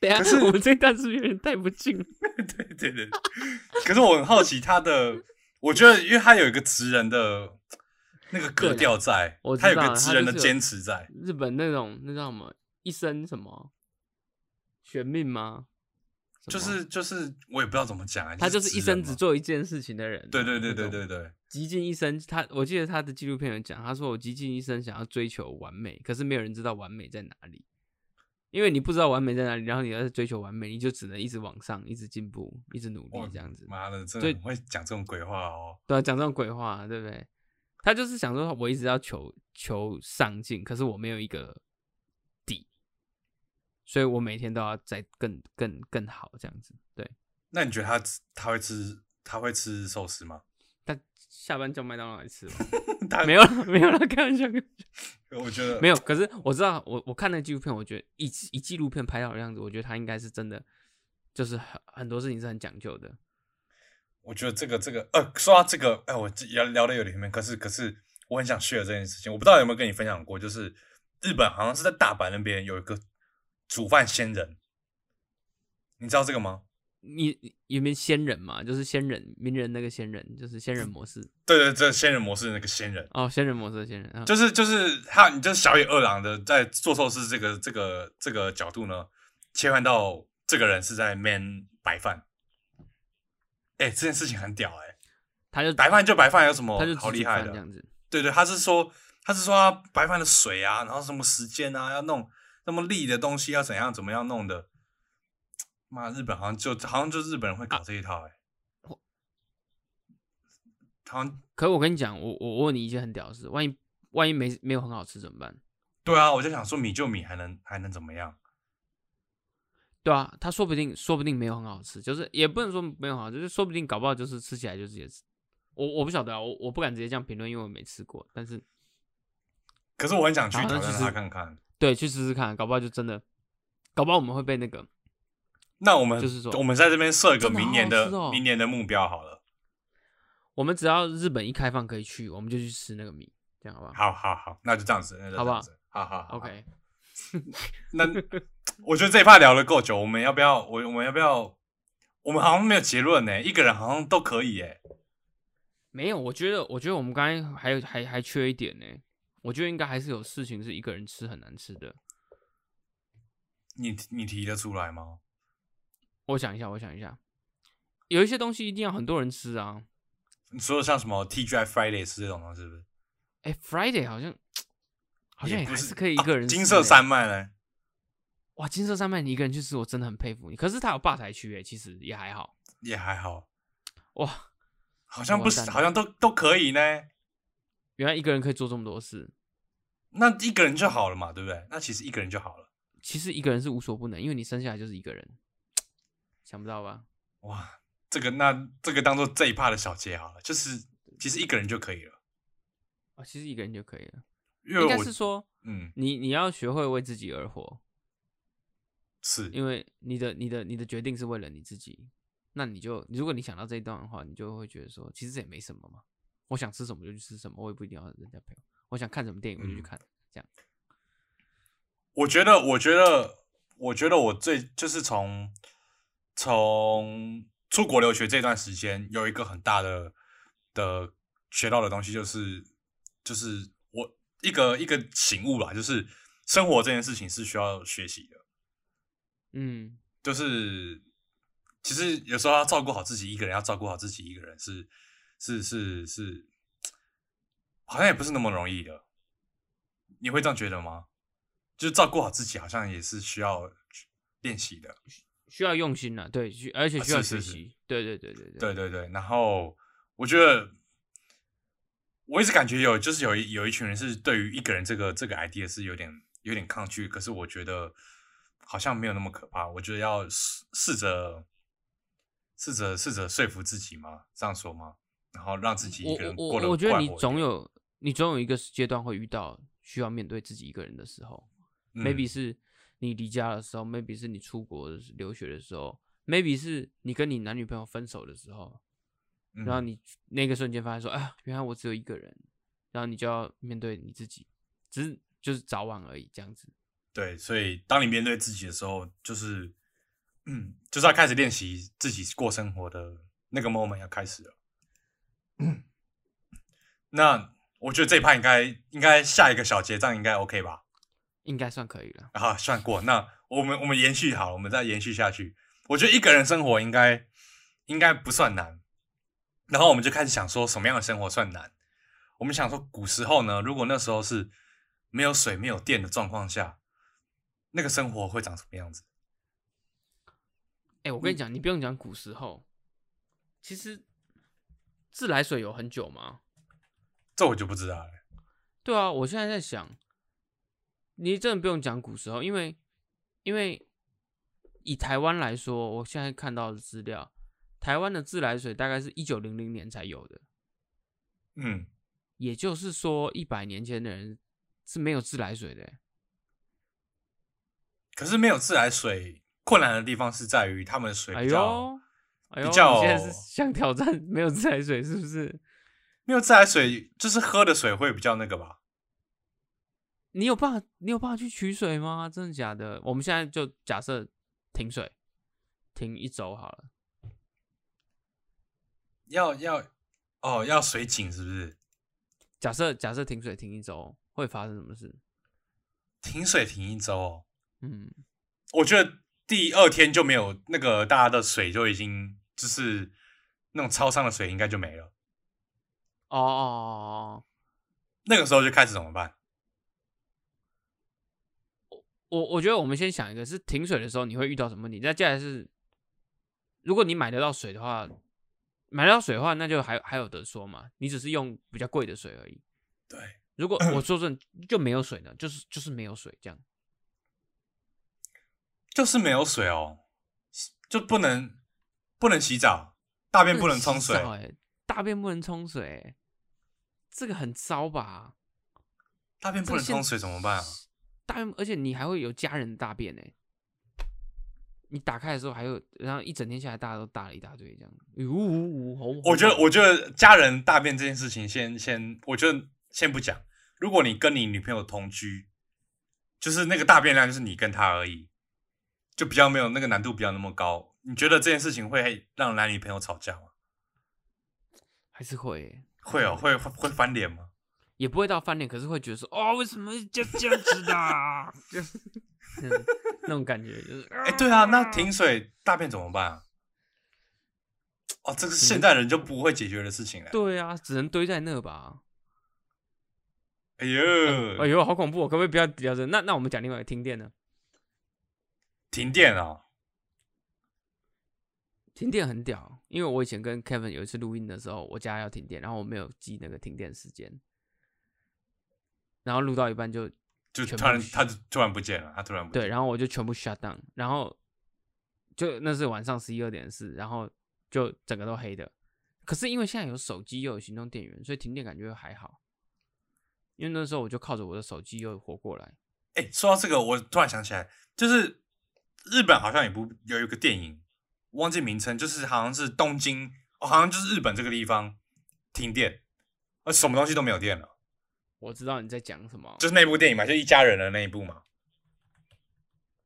等一可下 是，我们这一段是不是有点带不进？对对 对。可是我很好奇他的，我觉得因为他有一个职人的那个格调在我，知他道有一个职人的他就是有坚持在。日本那种那叫什么一生什么玄命吗？什就么是就是，我也不知道怎么讲啊。他就是职一人生只嘛做一件事情的人啊。对对对对那对种对，极尽一生，他我记得他的纪录片有讲，他说我极尽一生想要追求完美，可是没有人知道完美在哪里，因为你不知道完美在哪里，然后你要是追求完美，你就只能一直往上，一直进步，一直努力哇这样子。妈的，真的对很会讲这种鬼话哦。对啊，讲这种鬼话，对不对？他就是想说，我一直要求求上进，可是我没有一个底，所以我每天都要再更更更好这样子。对，那你觉得他吃他会吃他会吃寿司吗？ 他下班叫麦当劳来吃吧？他没有了，没有了，开玩笑，开玩笑。有，我觉得 没有。有，可是我知道，我我看那个纪录片，我觉得以以纪录片拍到的样子，我觉得他应该是真的，就是很很多事情是很讲究的。我觉得这个这个呃，说到这个，哎、我这聊聊的有点远，可是可是我很想 share 这件事情，我不知道有没有跟你分享过，就是日本好像是在大阪那边有一个煮饭仙人，你知道这个吗？你你有没有仙人嘛？就是仙人名人那个仙人，就是仙人模式对对，这仙人模式的那个仙人，哦，仙人模式的仙人啊，就是就是他，你就是小野二郎的在做寿司这个这个这个角度呢，切换到这个人是在 man 白饭，哎、这件事情很屌哎、他就白饭就白饭有什么他就哦好只厉煮害饭这的？样子，对对，他是说他是说他白饭的水啊，然后什么时间啊，要弄那么利的东西要怎样怎么样弄的。妈，日本好像就好像就日本人会啊搞这一套哎、好像可我跟你讲，我我我问你一件很屌的事，万一万一没没有很好吃怎么办？对啊，我就想说米就米，还能还能怎么样？对啊，他说不定说不定没有很好吃，就是也不能说没有很好吃，就是说不定搞不好就是吃起来就直接吃。我我不晓得啊，我我不敢直接这样评论，因为我没吃过，但是。可是我很想去好那挑就战是他看看。对，去试试看，搞不好就真的，搞不好我们会被那个那我们就是说我们在这边设一个真的好明年的好吃哦明年的目标好了，我们只要日本一开放可以去，我们就去吃那个米，这样好不好好好好，那就这样子，那就这好不好样子，好好 好 o k 那我觉得这一趴聊了够久，我们要不要？我我们要不要？我们好像没有结论呢、一个人好像都可以哎、没有，我觉得，我觉得我们刚才还有还还缺一点呢。我觉得应该还是有事情是一个人吃很难吃的。你你提得出来吗？我想一下，我想一下，有一些东西一定要很多人吃啊。你说像什么 TGI Fridays 这种东西，是不是？哎，Friday 好像好像也不还是是可以一个人、啊金色山，脉呢？哇，金色山脉你一个人去吃，我真的很佩服你。可是它有吧台区哎，其实也还好。也还好，哇，好像不完蛋是，了好像都都可以呢。原来一个人可以做这么多事。那一个人就好了嘛，对不对？那其实一个人就好了。其实一个人是无所不能，因为你生下来就是一个人，想不到吧？哇，这个那这个当做这一趴的小结好了，就是其实一个人就可以了，啊，其实一个人就可以了。因为应该我是说，嗯你你要学会为自己而活，是因为你的你的你的决定是为了你自己。那你就如果你想到这一段的话，你就会觉得说，其实这也没什么嘛。我想吃什么就去吃什么，我也不一定要人家陪我。我想看什么电影我就去嗯看，这样。我觉得，我觉得，我觉得我最就是从从出国留学这段时间，有一个很大的的学到的东西，就是就是我一个一个醒悟啦，就是生活这件事情是需要学习的，嗯，就是其实有时候要照顾好自己一个人，要照顾好自己一个人是是是是，好像也不是那么容易的。你会这样觉得吗？就是照顾好自己，好像也是需要练习的。需要用心了，对，需而且啊需要是学是是习，对对对对对对对，然后我觉得我一直感觉有，就是有一有一群人是对于一个人这个这个 idea 是有点有点抗拒，可是我觉得好像没有那么可怕。我觉得要试试着试着试着说服自己嘛，这样说吗？然后让自己一个嗯人我过我得我我觉得快你活一总点有你总有一个阶段会遇到需要面对自己一个人的时候、嗯 m a y b e 是你离家的时候，maybe 是你出国留学的时候，maybe 是你跟你男女朋友分手的时候，嗯然后你那个瞬间发现说啊，原来我只有一个人，然后你就要面对你自己，只是就是早晚而已这样子。对，所以当你面对自己的时候，就是嗯，就是要开始练习自己过生活的那个 moment 要开始了。嗯那我觉得这一趴应该应该下一个小结账应该 OK 吧？应该算可以了，啊，算过。那我们我们延续好了，我们再延续下去。我觉得一个人生活应该应该不算难。然后我们就开始想说，什么样的生活算难？我们想说，古时候呢，如果那时候是没有水、没有电的状况下，那个生活会长什么样子？哎、我嗯跟你讲，你不用讲古时候，其实自来水有很久吗？这我就不知道了。对啊，我现在在想，你真的不用讲古时候，因为因为以台湾来说，我现在看到的资料，台湾的自来水大概是一九零零年才有的，嗯，也就是说一百年前的人是没有自来水的欸。可是没有自来水，困难的地方是在于他们的水哎比较、呦，哎呦，比较哦你现在是想挑战没有自来水是不是？没有自来水，就是喝的水会比较那个吧。你有办法，你有办法去取水吗？真的假的？我们现在就假设停水，停一周好了。要要哦，要水井是不是？假设假设停水停一周会发生什么事？停水停一周、哦。嗯，我觉得第二天就没有那个大家的水就已经就是那种超商的水应该就没了。哦哦哦，哦那个时候就开始怎么办？我我觉得我们先想一个是停水的时候你会遇到什么问题，那接下来是如果你买得到水的话，买得到水的话，那就还还有得说嘛，你只是用比较贵的水而已。对，如 果我说真的就没有水呢，就是就是没有水这样。就是没有水哦，就不能不能洗澡，大便不能冲水洗。澡欸大便不能冲水欸，这个很糟吧？大 便不这个能现冲水怎么办啊？大便，而且你还会有家人的大便呢、你打开的时候还有，然后一整天下来大家都打了一大堆这样，呜呜呜，好猛我觉得，我觉得家人大便这件事情先，先我觉得先不讲。如果你跟你女朋友同居，就是那个大便量就是你跟她而已，就比较没有那个难度，比较那么高。你觉得这件事情会让男女朋友吵架吗？还是会耶会哦，会会会翻脸吗？也不会到翻脸，可是会觉得说，哦，为什么就这样子的啊、 就是嗯那种感觉，就是哎、对啊，那停水大便怎么办啊？哦，这个是现代人就不会解决的事情了。对啊，只能堆在那吧。哎呦，哎呦，好恐怖、哦！可不可以不要聊这？那那我们讲另外一个停电呢？停电哦，停电很屌，因为我以前跟 Kevin 有一次录音的时候，我家要停电，然后我没有记那个停电时间，然后录到一半就就全突然部他就突然不见了，他突然不见对，然后我就全部 shut down，然后就那是晚上十一二点四，然后就整个都黑的。可是因为现在有手机又有行动电源，所以停电感觉还好。因为那时候我就靠着我的手机又活过来。哎、说到这个，我突然想起来，就是日本好像有部有一个电影，忘记名称，就是好像是东京，哦、好像就是日本这个地方停电，呃，什么东西都没有电了，我知道你在讲什么，就是那部电影嘛，就一家人的那一部嘛。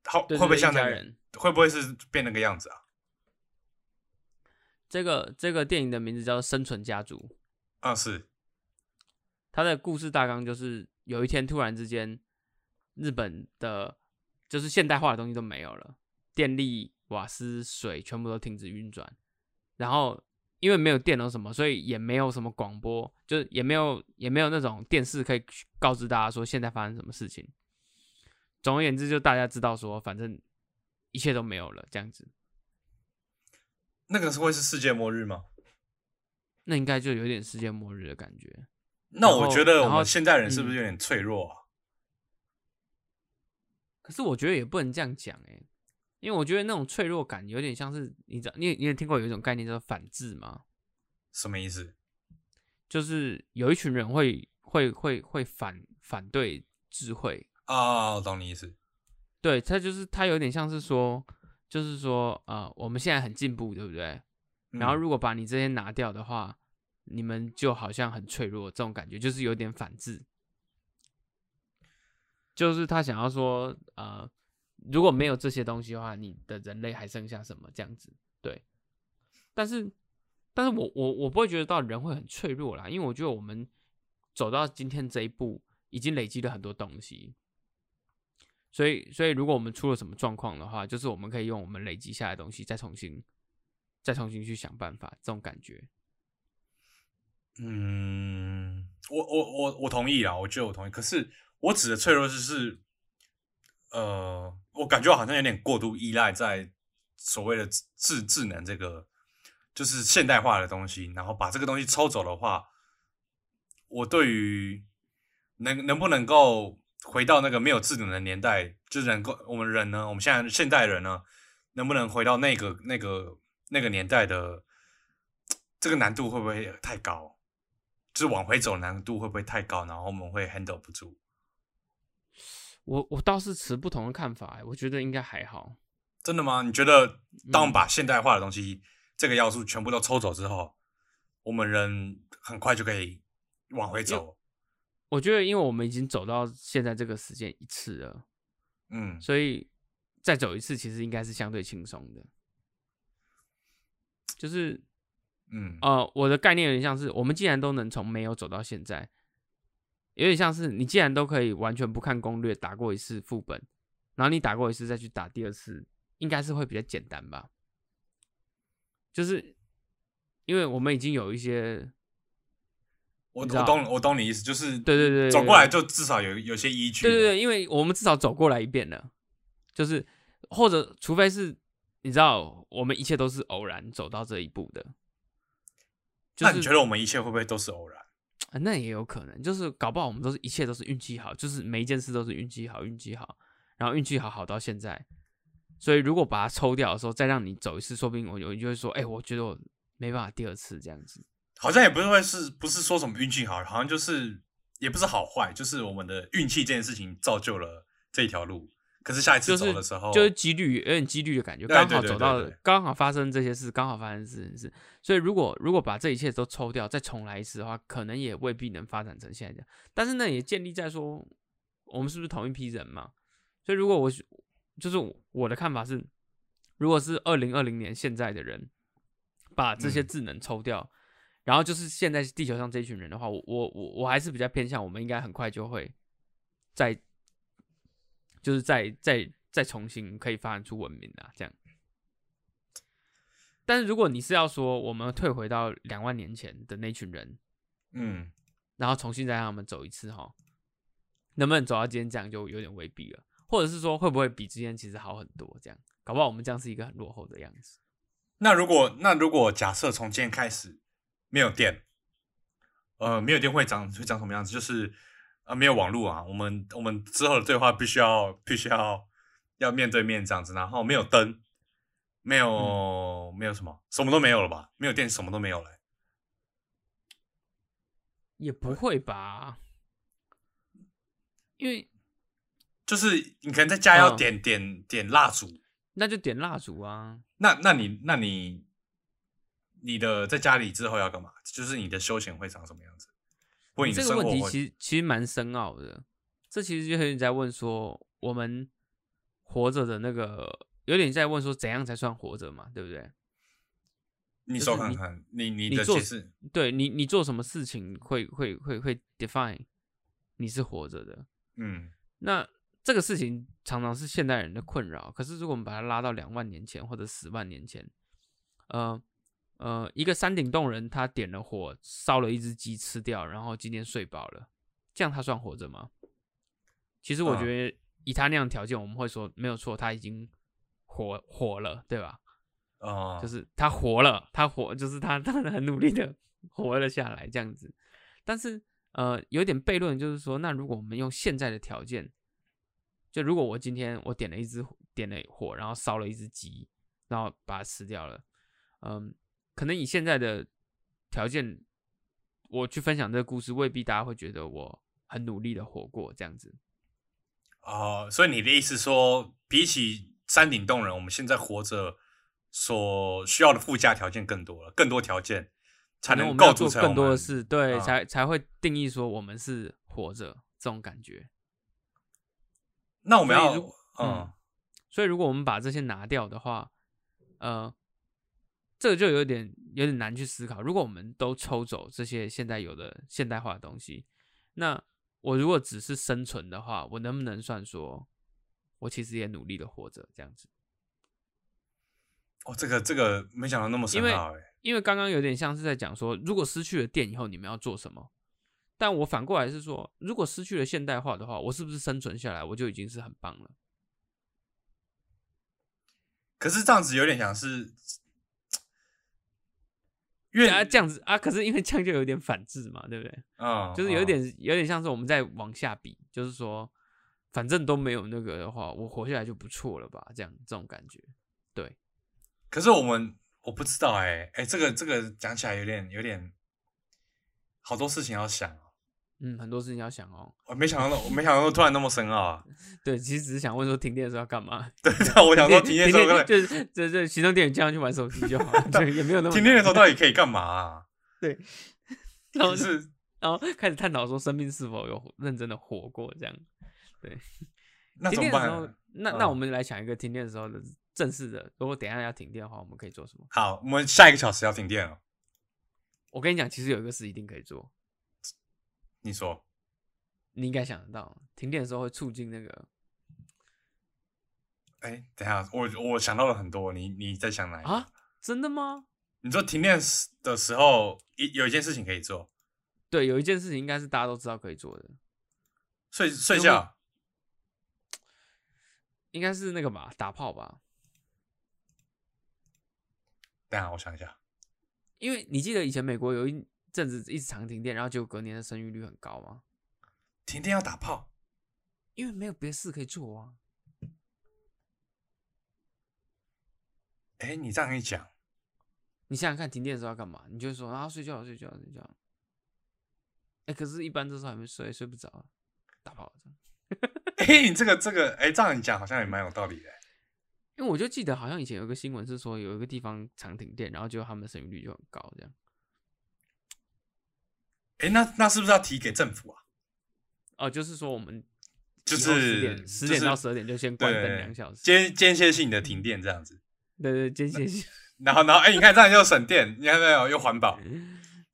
好，对对会不会对像一那家个？人？会不会是变那个样子啊？这个这个电影的名字叫《生存家族》，嗯，是，它的故事大纲就是有一天突然之间，日本的就是现代化的东西都没有了，电力、瓦斯、水全部都停止运转，然后因为没有电了什么，所以也没有什么广播，就是也没有也没有那种电视可以去告知大家说现在发生什么事情。总而言之，就大家知道说，反正一切都没有了这样子，那个是会是世界末日吗？那应该就有点世界末日的感觉。那然我后觉得我然后们现代人是不是嗯有点脆弱啊？可是我觉得也不能这样讲哎、因为我觉得那种脆弱感有点像是你知道，你也你也听过有一种概念叫做反制吗？什么意思？就是有一群人会会会会反反对智慧，啊、懂你意思。对他就是他有点像是说，就是说啊、呃我们现在很进步，对不对？嗯然后如果把你这些拿掉的话，你们就好像很脆弱，这种感觉就是有点反制，就是他想要说，呃，如果没有这些东西的话，你的人类还剩下什么这样子？对，但是，但是我我我不会觉得到人会很脆弱啦，因为我觉得我们走到今天这一步，已经累积了很多东西。所以，所以如果我们出了什么状况的话，就是我们可以用我们累积下来的东西再重新、再重新去想办法，这种感觉。嗯，我我我我同意啊，我觉得我同意。可是我指的脆弱就是，呃，我感觉我好像有点过度依赖在所谓的智智智能这个，就是现代化的东西。然后把这个东西抽走的话，我对于能能不能够回到那个没有智能的年代，就是能够我们人呢，我们现在现代人呢，能不能回到那个那个那个年代的这个难度会不会太高？就是往回走的难度会不会太高？然后我们会 handle 不住，我我倒是持不同的看法欸、我觉得应该还好。真的吗？你觉得当我们嗯把现代化的东西、这个要素全部都抽走之后，我们人很快就可以往回走？我觉得，因为我们已经走到现在这个时间一次了，嗯，所以再走一次其实应该是相对轻松的。就是嗯，呃，我的概念有点像是，我们既然都能从没有走到现在，有点像是你既然都可以完全不看攻略打过一次副本，然后你打过一次再去打第二次，应该是会比较简单吧？就是因为我们已经有一些，我你知道我懂我懂你意思，就是对对对对走过来就至少有有些依据。对对对，因为我们至少走过来一遍了，就是或者除非是你知道，我们一切都是偶然走到这一步的。就那是你觉得我们一切会不会都是偶然？啊，那也有可能，就是搞不好我们都是一切都是运气好，就是每一件事都是运气好，运气好，然后运气好好到现在。所以如果把它抽掉的时候，再让你走一次，说不定我有你就会说，哎、我觉得我没办法第二次这样子。好像也不是会是不是说什么运气好，好像就是也不是好坏，就是我们的运气这件事情造就了这一条路。可是下一次就是走的时候，就是几率有点几率的感觉，哦对刚对好对走对到对刚好发生这些事，刚好发生这件事，所以如果如果把这一切都抽掉，再重来一次的话，可能也未必能发展成现在这样。但是呢，也建立在说我们是不是同一批人嘛？所以如果我是就是我我的看法是，如果是二零二零年现在的人把这些嗯智能抽掉，然后就是现在地球上这一群人的话，我我我我还是比较偏向我们应该很快就会再就是再再再重新可以发展出文明啊，这样。但是如果你是要说我们退回到两万年前的那群人，嗯，然后重新再让他们走一次哈，能不能走到今天这样就有点未必了，或者是说会不会比之前其实好很多？这样，搞不好我们这样是一个很落后的样子。那如果那如果假设从今天开始没有电，呃，没有电会长会长什么样子？就是呃，没有网络啊，我们我们之后的对话必须要必须要要面对面这样子，然后没有灯，没有、没有什么，什么都没有了吧？没有电，什么都没有了、也不会吧，因为就是你可能在家要嗯点、点点蜡烛，那就点蜡烛啊，那那你那你你的在家里之后要干嘛？就是你的休闲会长什么样子？或你的这生个活问题会其实其实蛮深奥的，这其实就有点在问说我们活着的那个，有点在问说怎样才算活着嘛，对不对？你就说是看你看，你你你的做解释，对你你做什么事情会会会会 define 你是活着的？嗯那这个事情常常是现代人的困扰。可是如果我们把它拉到两万年前或者十万年前，呃呃，一个山顶洞人他点了火，烧了一只鸡吃掉，然后今天睡饱了，这样他算活着吗？其实我嗯觉得以他那样的条件，我们会说没有错，他已经活活了，对吧？哦，就是他活了，他活，就是他他很努力的 活了下来这样子。但是呃，有点悖论，就是说，那如果我们用现在的条件，就如果我今天我点了一只火点了火，然后烧了一只鸡，然后把它吃掉了，嗯，可能以现在的条件，我去分享这个故事，未必大家会觉得我很努力的活过这样子。哦，所以你的意思说，比起山顶洞人，我们现在活着所需要的附加条件更多了，更多条件才可能我能们构要做筑成更我多的们事，对，啊才才会定义说我们是活着这种感觉。那我们所以要如嗯嗯所以如果我们把这些拿掉的话，呃，这个就有点有点难去思考。如果我们都抽走这些现在有的现代化的东西，那我如果只是生存的话，我能不能算说，我其实也努力的活着这样子？哦，这个这个没想到那么深因为奥哎，因为刚刚有点像是在讲说，如果失去了电以后，你们要做什么？但我反过来是说，如果失去了现代化的话，我是不是生存下来我就已经是很棒了？可是这样子有点像是，因对为啊，这样子啊，可是因为这样就有点反制嘛，对不对？嗯，就是有嗯点有点像是我们在往下比，就是说，反正都没有那个的话，我活下来就不错了吧？这样这种感觉，可是我们我不知道哎、欸、哎、这个这个讲起来有点有点好多事情要想哦，嗯，很多事情要想哦。我没想到那我没想到突然那么深奥 啊！对，其实只是想问说停电的时候要干嘛？对，我想说停电的时候停，就是这这行动电源这样去玩手机就好了，对，也没有那么停电的时候难到底可以干嘛、啊？然后就是然后开始探讨说生命是否有认真的活过这样。那停怎么电的时候办？，那那嗯我们来想一个停电的时候的正式的，如果等一下要停电的话，我们可以做什么？好，我们下一个小时要停电了。我跟你讲，其实有一个事一定可以做，你说你应该想得到，停电的时候会促进那个哎、等一下，我我想到了很多，你你在想哪一个？啊，真的吗？你说停电时的时候，一有一件事情可以做，对，有一件事情应该是大家都知道可以做的，睡睡如果觉。应该是那个吧，打炮吧。等一下，我想一下。因为你记得以前美国有一阵子一直常停电，然后结果隔年的生育率很高吗？停电要打炮，因为没有别的事可以做啊。哎、你这样一讲，你想想看，停电的时候要干嘛？你就会说啊，睡觉了，睡觉了，睡觉了。啊哎、可是，一般这时候还没睡，睡不着，打炮了这样。哎、哎、你这个这个，哎、这样你讲好像也蛮有道理的。因为我就记得好像以前有个新闻是说有一个地方常停电，然后就他们的生育率就很高，这样哎、那那是不是要提给政府啊？哦，就是说我们就十是点十点到十二点就先关对灯两小时，间间歇性的停电这样子。对对，间歇性，然后然后哎、你看这样又省电，你看到没有？又环保，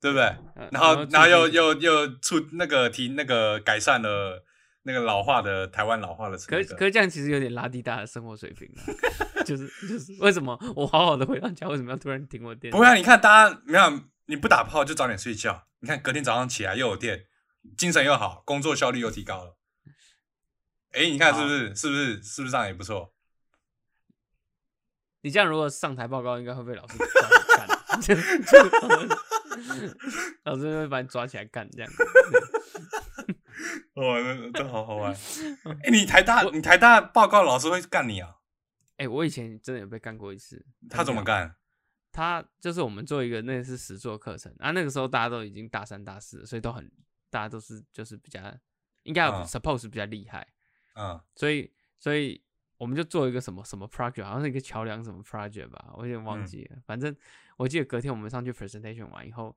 对不对？呃然后然后促又进又又促那个提那个改善了那个老化的台湾老化的程可度。可是这样其实有点拉低大家的生活水平了， 就是就是为什么我好好的回到家，为什么要突然停我电？不会、啊，你看大家没有你不打炮就早点睡觉，你看隔天早上起来又有电，精神又好，工作效率又提高了。哎、你看是不是？是不是？是不是这样也不错？你这样如果上台报告，应该会被老师抓起来干，老师会把你抓起来干这样。哇，这这好好 玩！哎、你台大你台大报告老师会干你啊？哎、我以前真的有被干过一次，他怎么干？他就是我们做一个那是实作课程啊，那个时候大家都已经大三大四了，所以都很大家都是就是比较应该、嗯 suppose 比较厉害，嗯，所以所以我们就做一个什么什么 project，好像是一个桥梁什么 project 吧，我有点忘嗯记了。反正我记得隔天我们上去 presentation 完以后，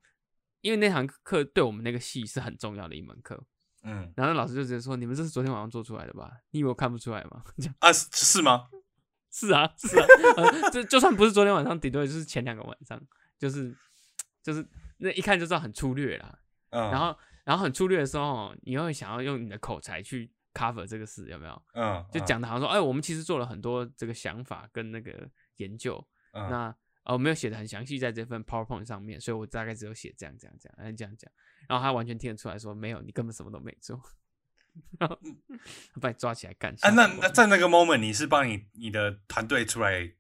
因为那堂课对我们那个系是很重要的一门课，嗯然后那老师就直接说：“你们这是昨天晚上做出来的吧？你以为我看不出来吗？” 这样啊，是是吗？是啊，是啊，呃这、就算不是昨天晚上，顶多也就是前两个晚上，就是就是那一看就知道很粗略啦。嗯，然后然后很粗略的时候，你会想要用你的口才去 cover 这个事，有没有？嗯，就嗯，讲的好像说，哎、我们其实做了很多这个想法跟那个研究，嗯那呃没有写的很详细在这份 PowerPoint 上面，所以我大概只有写这样这样这样，哎这样讲，然后他完全听得出来说没有，你根本什么都没做， 然后 他把你抓起来干嗯啊，那吓死我那在那个 moment 你是帮你你的团队出来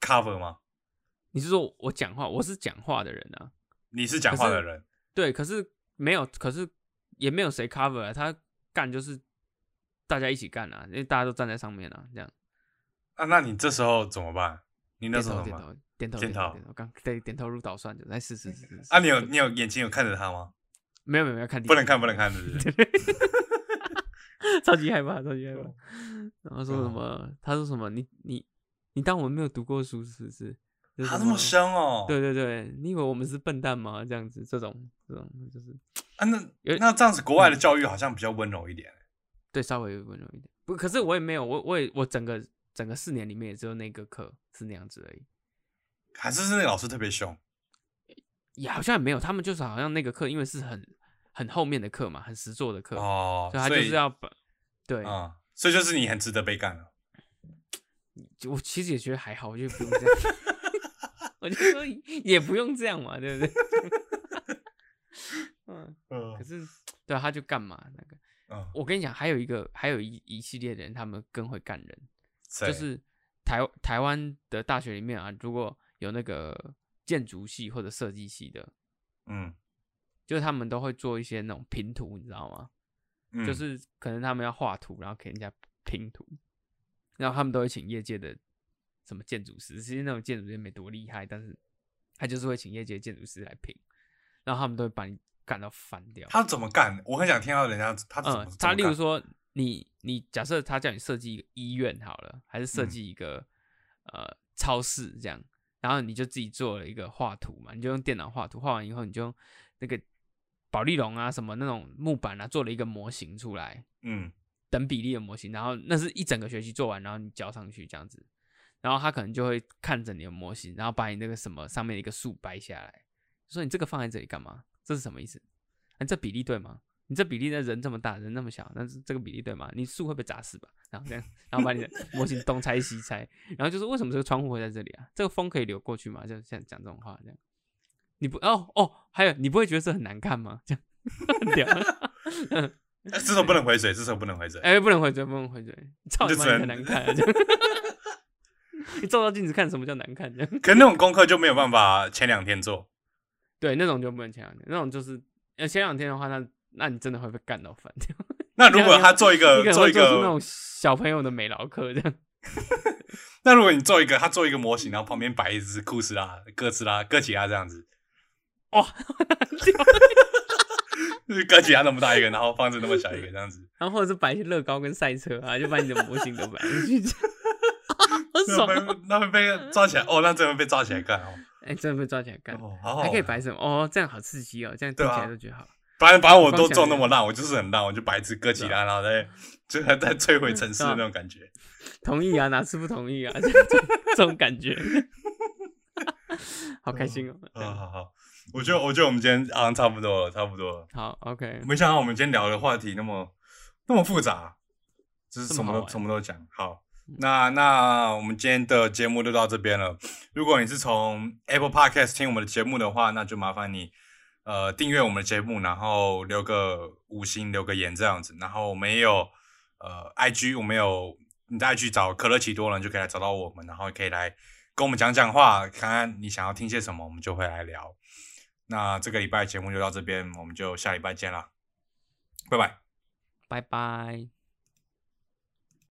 cover 吗？你是说我讲话，我是讲话的人啊，你是讲话的人，对，可是没有，可是也没有谁 cover 啊，他干就是大家一起干啊，因为大家都站在上面啊，这样。啊，那你这时候怎么办？你那点时候头怎点么办？头点头点头点头，刚对点头如捣蒜的，哎是是是是是啊，你有你有眼睛有看着他 吗？没有没有没有看地不板能看， 不能看，是不是？超级害怕，超级害啊怕。然后说什么？他说什么？你你你当我们没有读过书是不是？就是他什这么？凶哦。对对对，你以为我们是笨蛋吗？这样子，这种这种就是啊，那有嗯那这样子，国外的教育好像比较温柔一点。对稍微温柔一点。不，可是我也没有，我我也我整个整个四年里面也只有那个课是那样子而已。还是是那个老师特别凶，也好像也没有，他们就是好像那个课，因为是很很后面的课嘛，很实做的课，哦所，以他就是要把对，啊、嗯，所以就是你很值得被干了。就我其实也觉得还好，我就不用这样， 我就说也不用这样嘛，对不 对？嗯，可嗯是对啊，他就干嘛那个？嗯，我跟你讲，还有一个，还有一一系列的人，他们更会干人，谁就是台台湾的大学里面啊，如果有那个建筑系或者设计系的，嗯就是他们都会做一些那种拼图，你知道吗？嗯，就是可能他们要画图，然后给人家拼图，然后他们都会请业界的什么建筑师，其实那种建筑师也没多厉害，但是他就是会请业界的建筑师来拼，然后他们都会把你干到翻掉。他怎么干？我很想听到人家他怎么、嗯，他例如说，说你你假设他叫你设计一个医院好了，还是设嗯计一个、呃超市这样，然后你就自己做了一个画图嘛，你就用电脑画图，画完以后你就用那个保丽龙啊什么那种木板啊做了一个模型出来， 嗯等比例的模型，然后那是一整个学期做完，然后你交上去这样子，然后他可能就会看着你的模型，然后把你那个什么上面的一个数掰下来，说你这个放在这里干嘛？这是什么意思？啊、这比例对吗？你这比例那人这么大，人那么小，那这这个比例对吗？你树会被砸死吧？然后这样，然后把你的模型东拆西拆，然后就是为什么这个窗户会在这里啊？这个风可以流过去吗？就像讲这种话这样，你不哦哦，还有你不会觉得这很难看吗？这样 很屌。哎这时候不能回嘴，这时候不能回嘴。哎、不能回嘴，不能回嘴，操你就妈，只你很能难看、啊。这样 你照照镜子看什么叫难看？这样可能那种功课就没有办法前两天做。对，那种就不能前两天，那种就是呃前两天的话，那那你真的会被干到翻掉。那如果他做一 你可个能呃做会一做出那个种，小朋友的美劳课这样。那如果你做一个他做一个模型，然后旁边摆一哦只库斯拉、哥斯拉、哥吉拉这样子，哇，就是哥吉拉那么大一个，然后放着那么小一个这样子，然后或者是摆一些乐高跟赛车啊，就把你的模型都摆 进去，好那爽会哦！被那会被抓起来哦，那真的会被抓起来干哦，哎、真的被抓起来干，哦，好好玩，还可以摆什么？哦，这样好刺激哦，这样听对啊起来都觉得好。反正反正我都放起来做那么烂，我就是很烂，我就摆一只哥啊吉拉，然后再就还在摧毁城市对啊那种感觉。同意啊，哪次不同意啊？这 种这种感觉， 好开心哦！啊，好好，我觉得我觉得我们今天好像差不多了，差不多了。好，OK，没想到我们今天聊的话题那么那么复杂，就是什这么么好都玩嗯什么都讲。好，那那我们今天的节目就到这边了。如果你是从 Apple Podcast 听我们的节目的话，那就麻烦你呃订阅我们的节目，然后留个五星，留个言这样子。然后我们也有呃 IG，我们有你在 IG 找可乐奇多人就可以来找到我们，然后可以来跟我们讲讲话，看看你想要听些什么，我们就会来聊。那这个礼拜节目就到这边，我们就下礼拜见啦，拜拜。拜拜。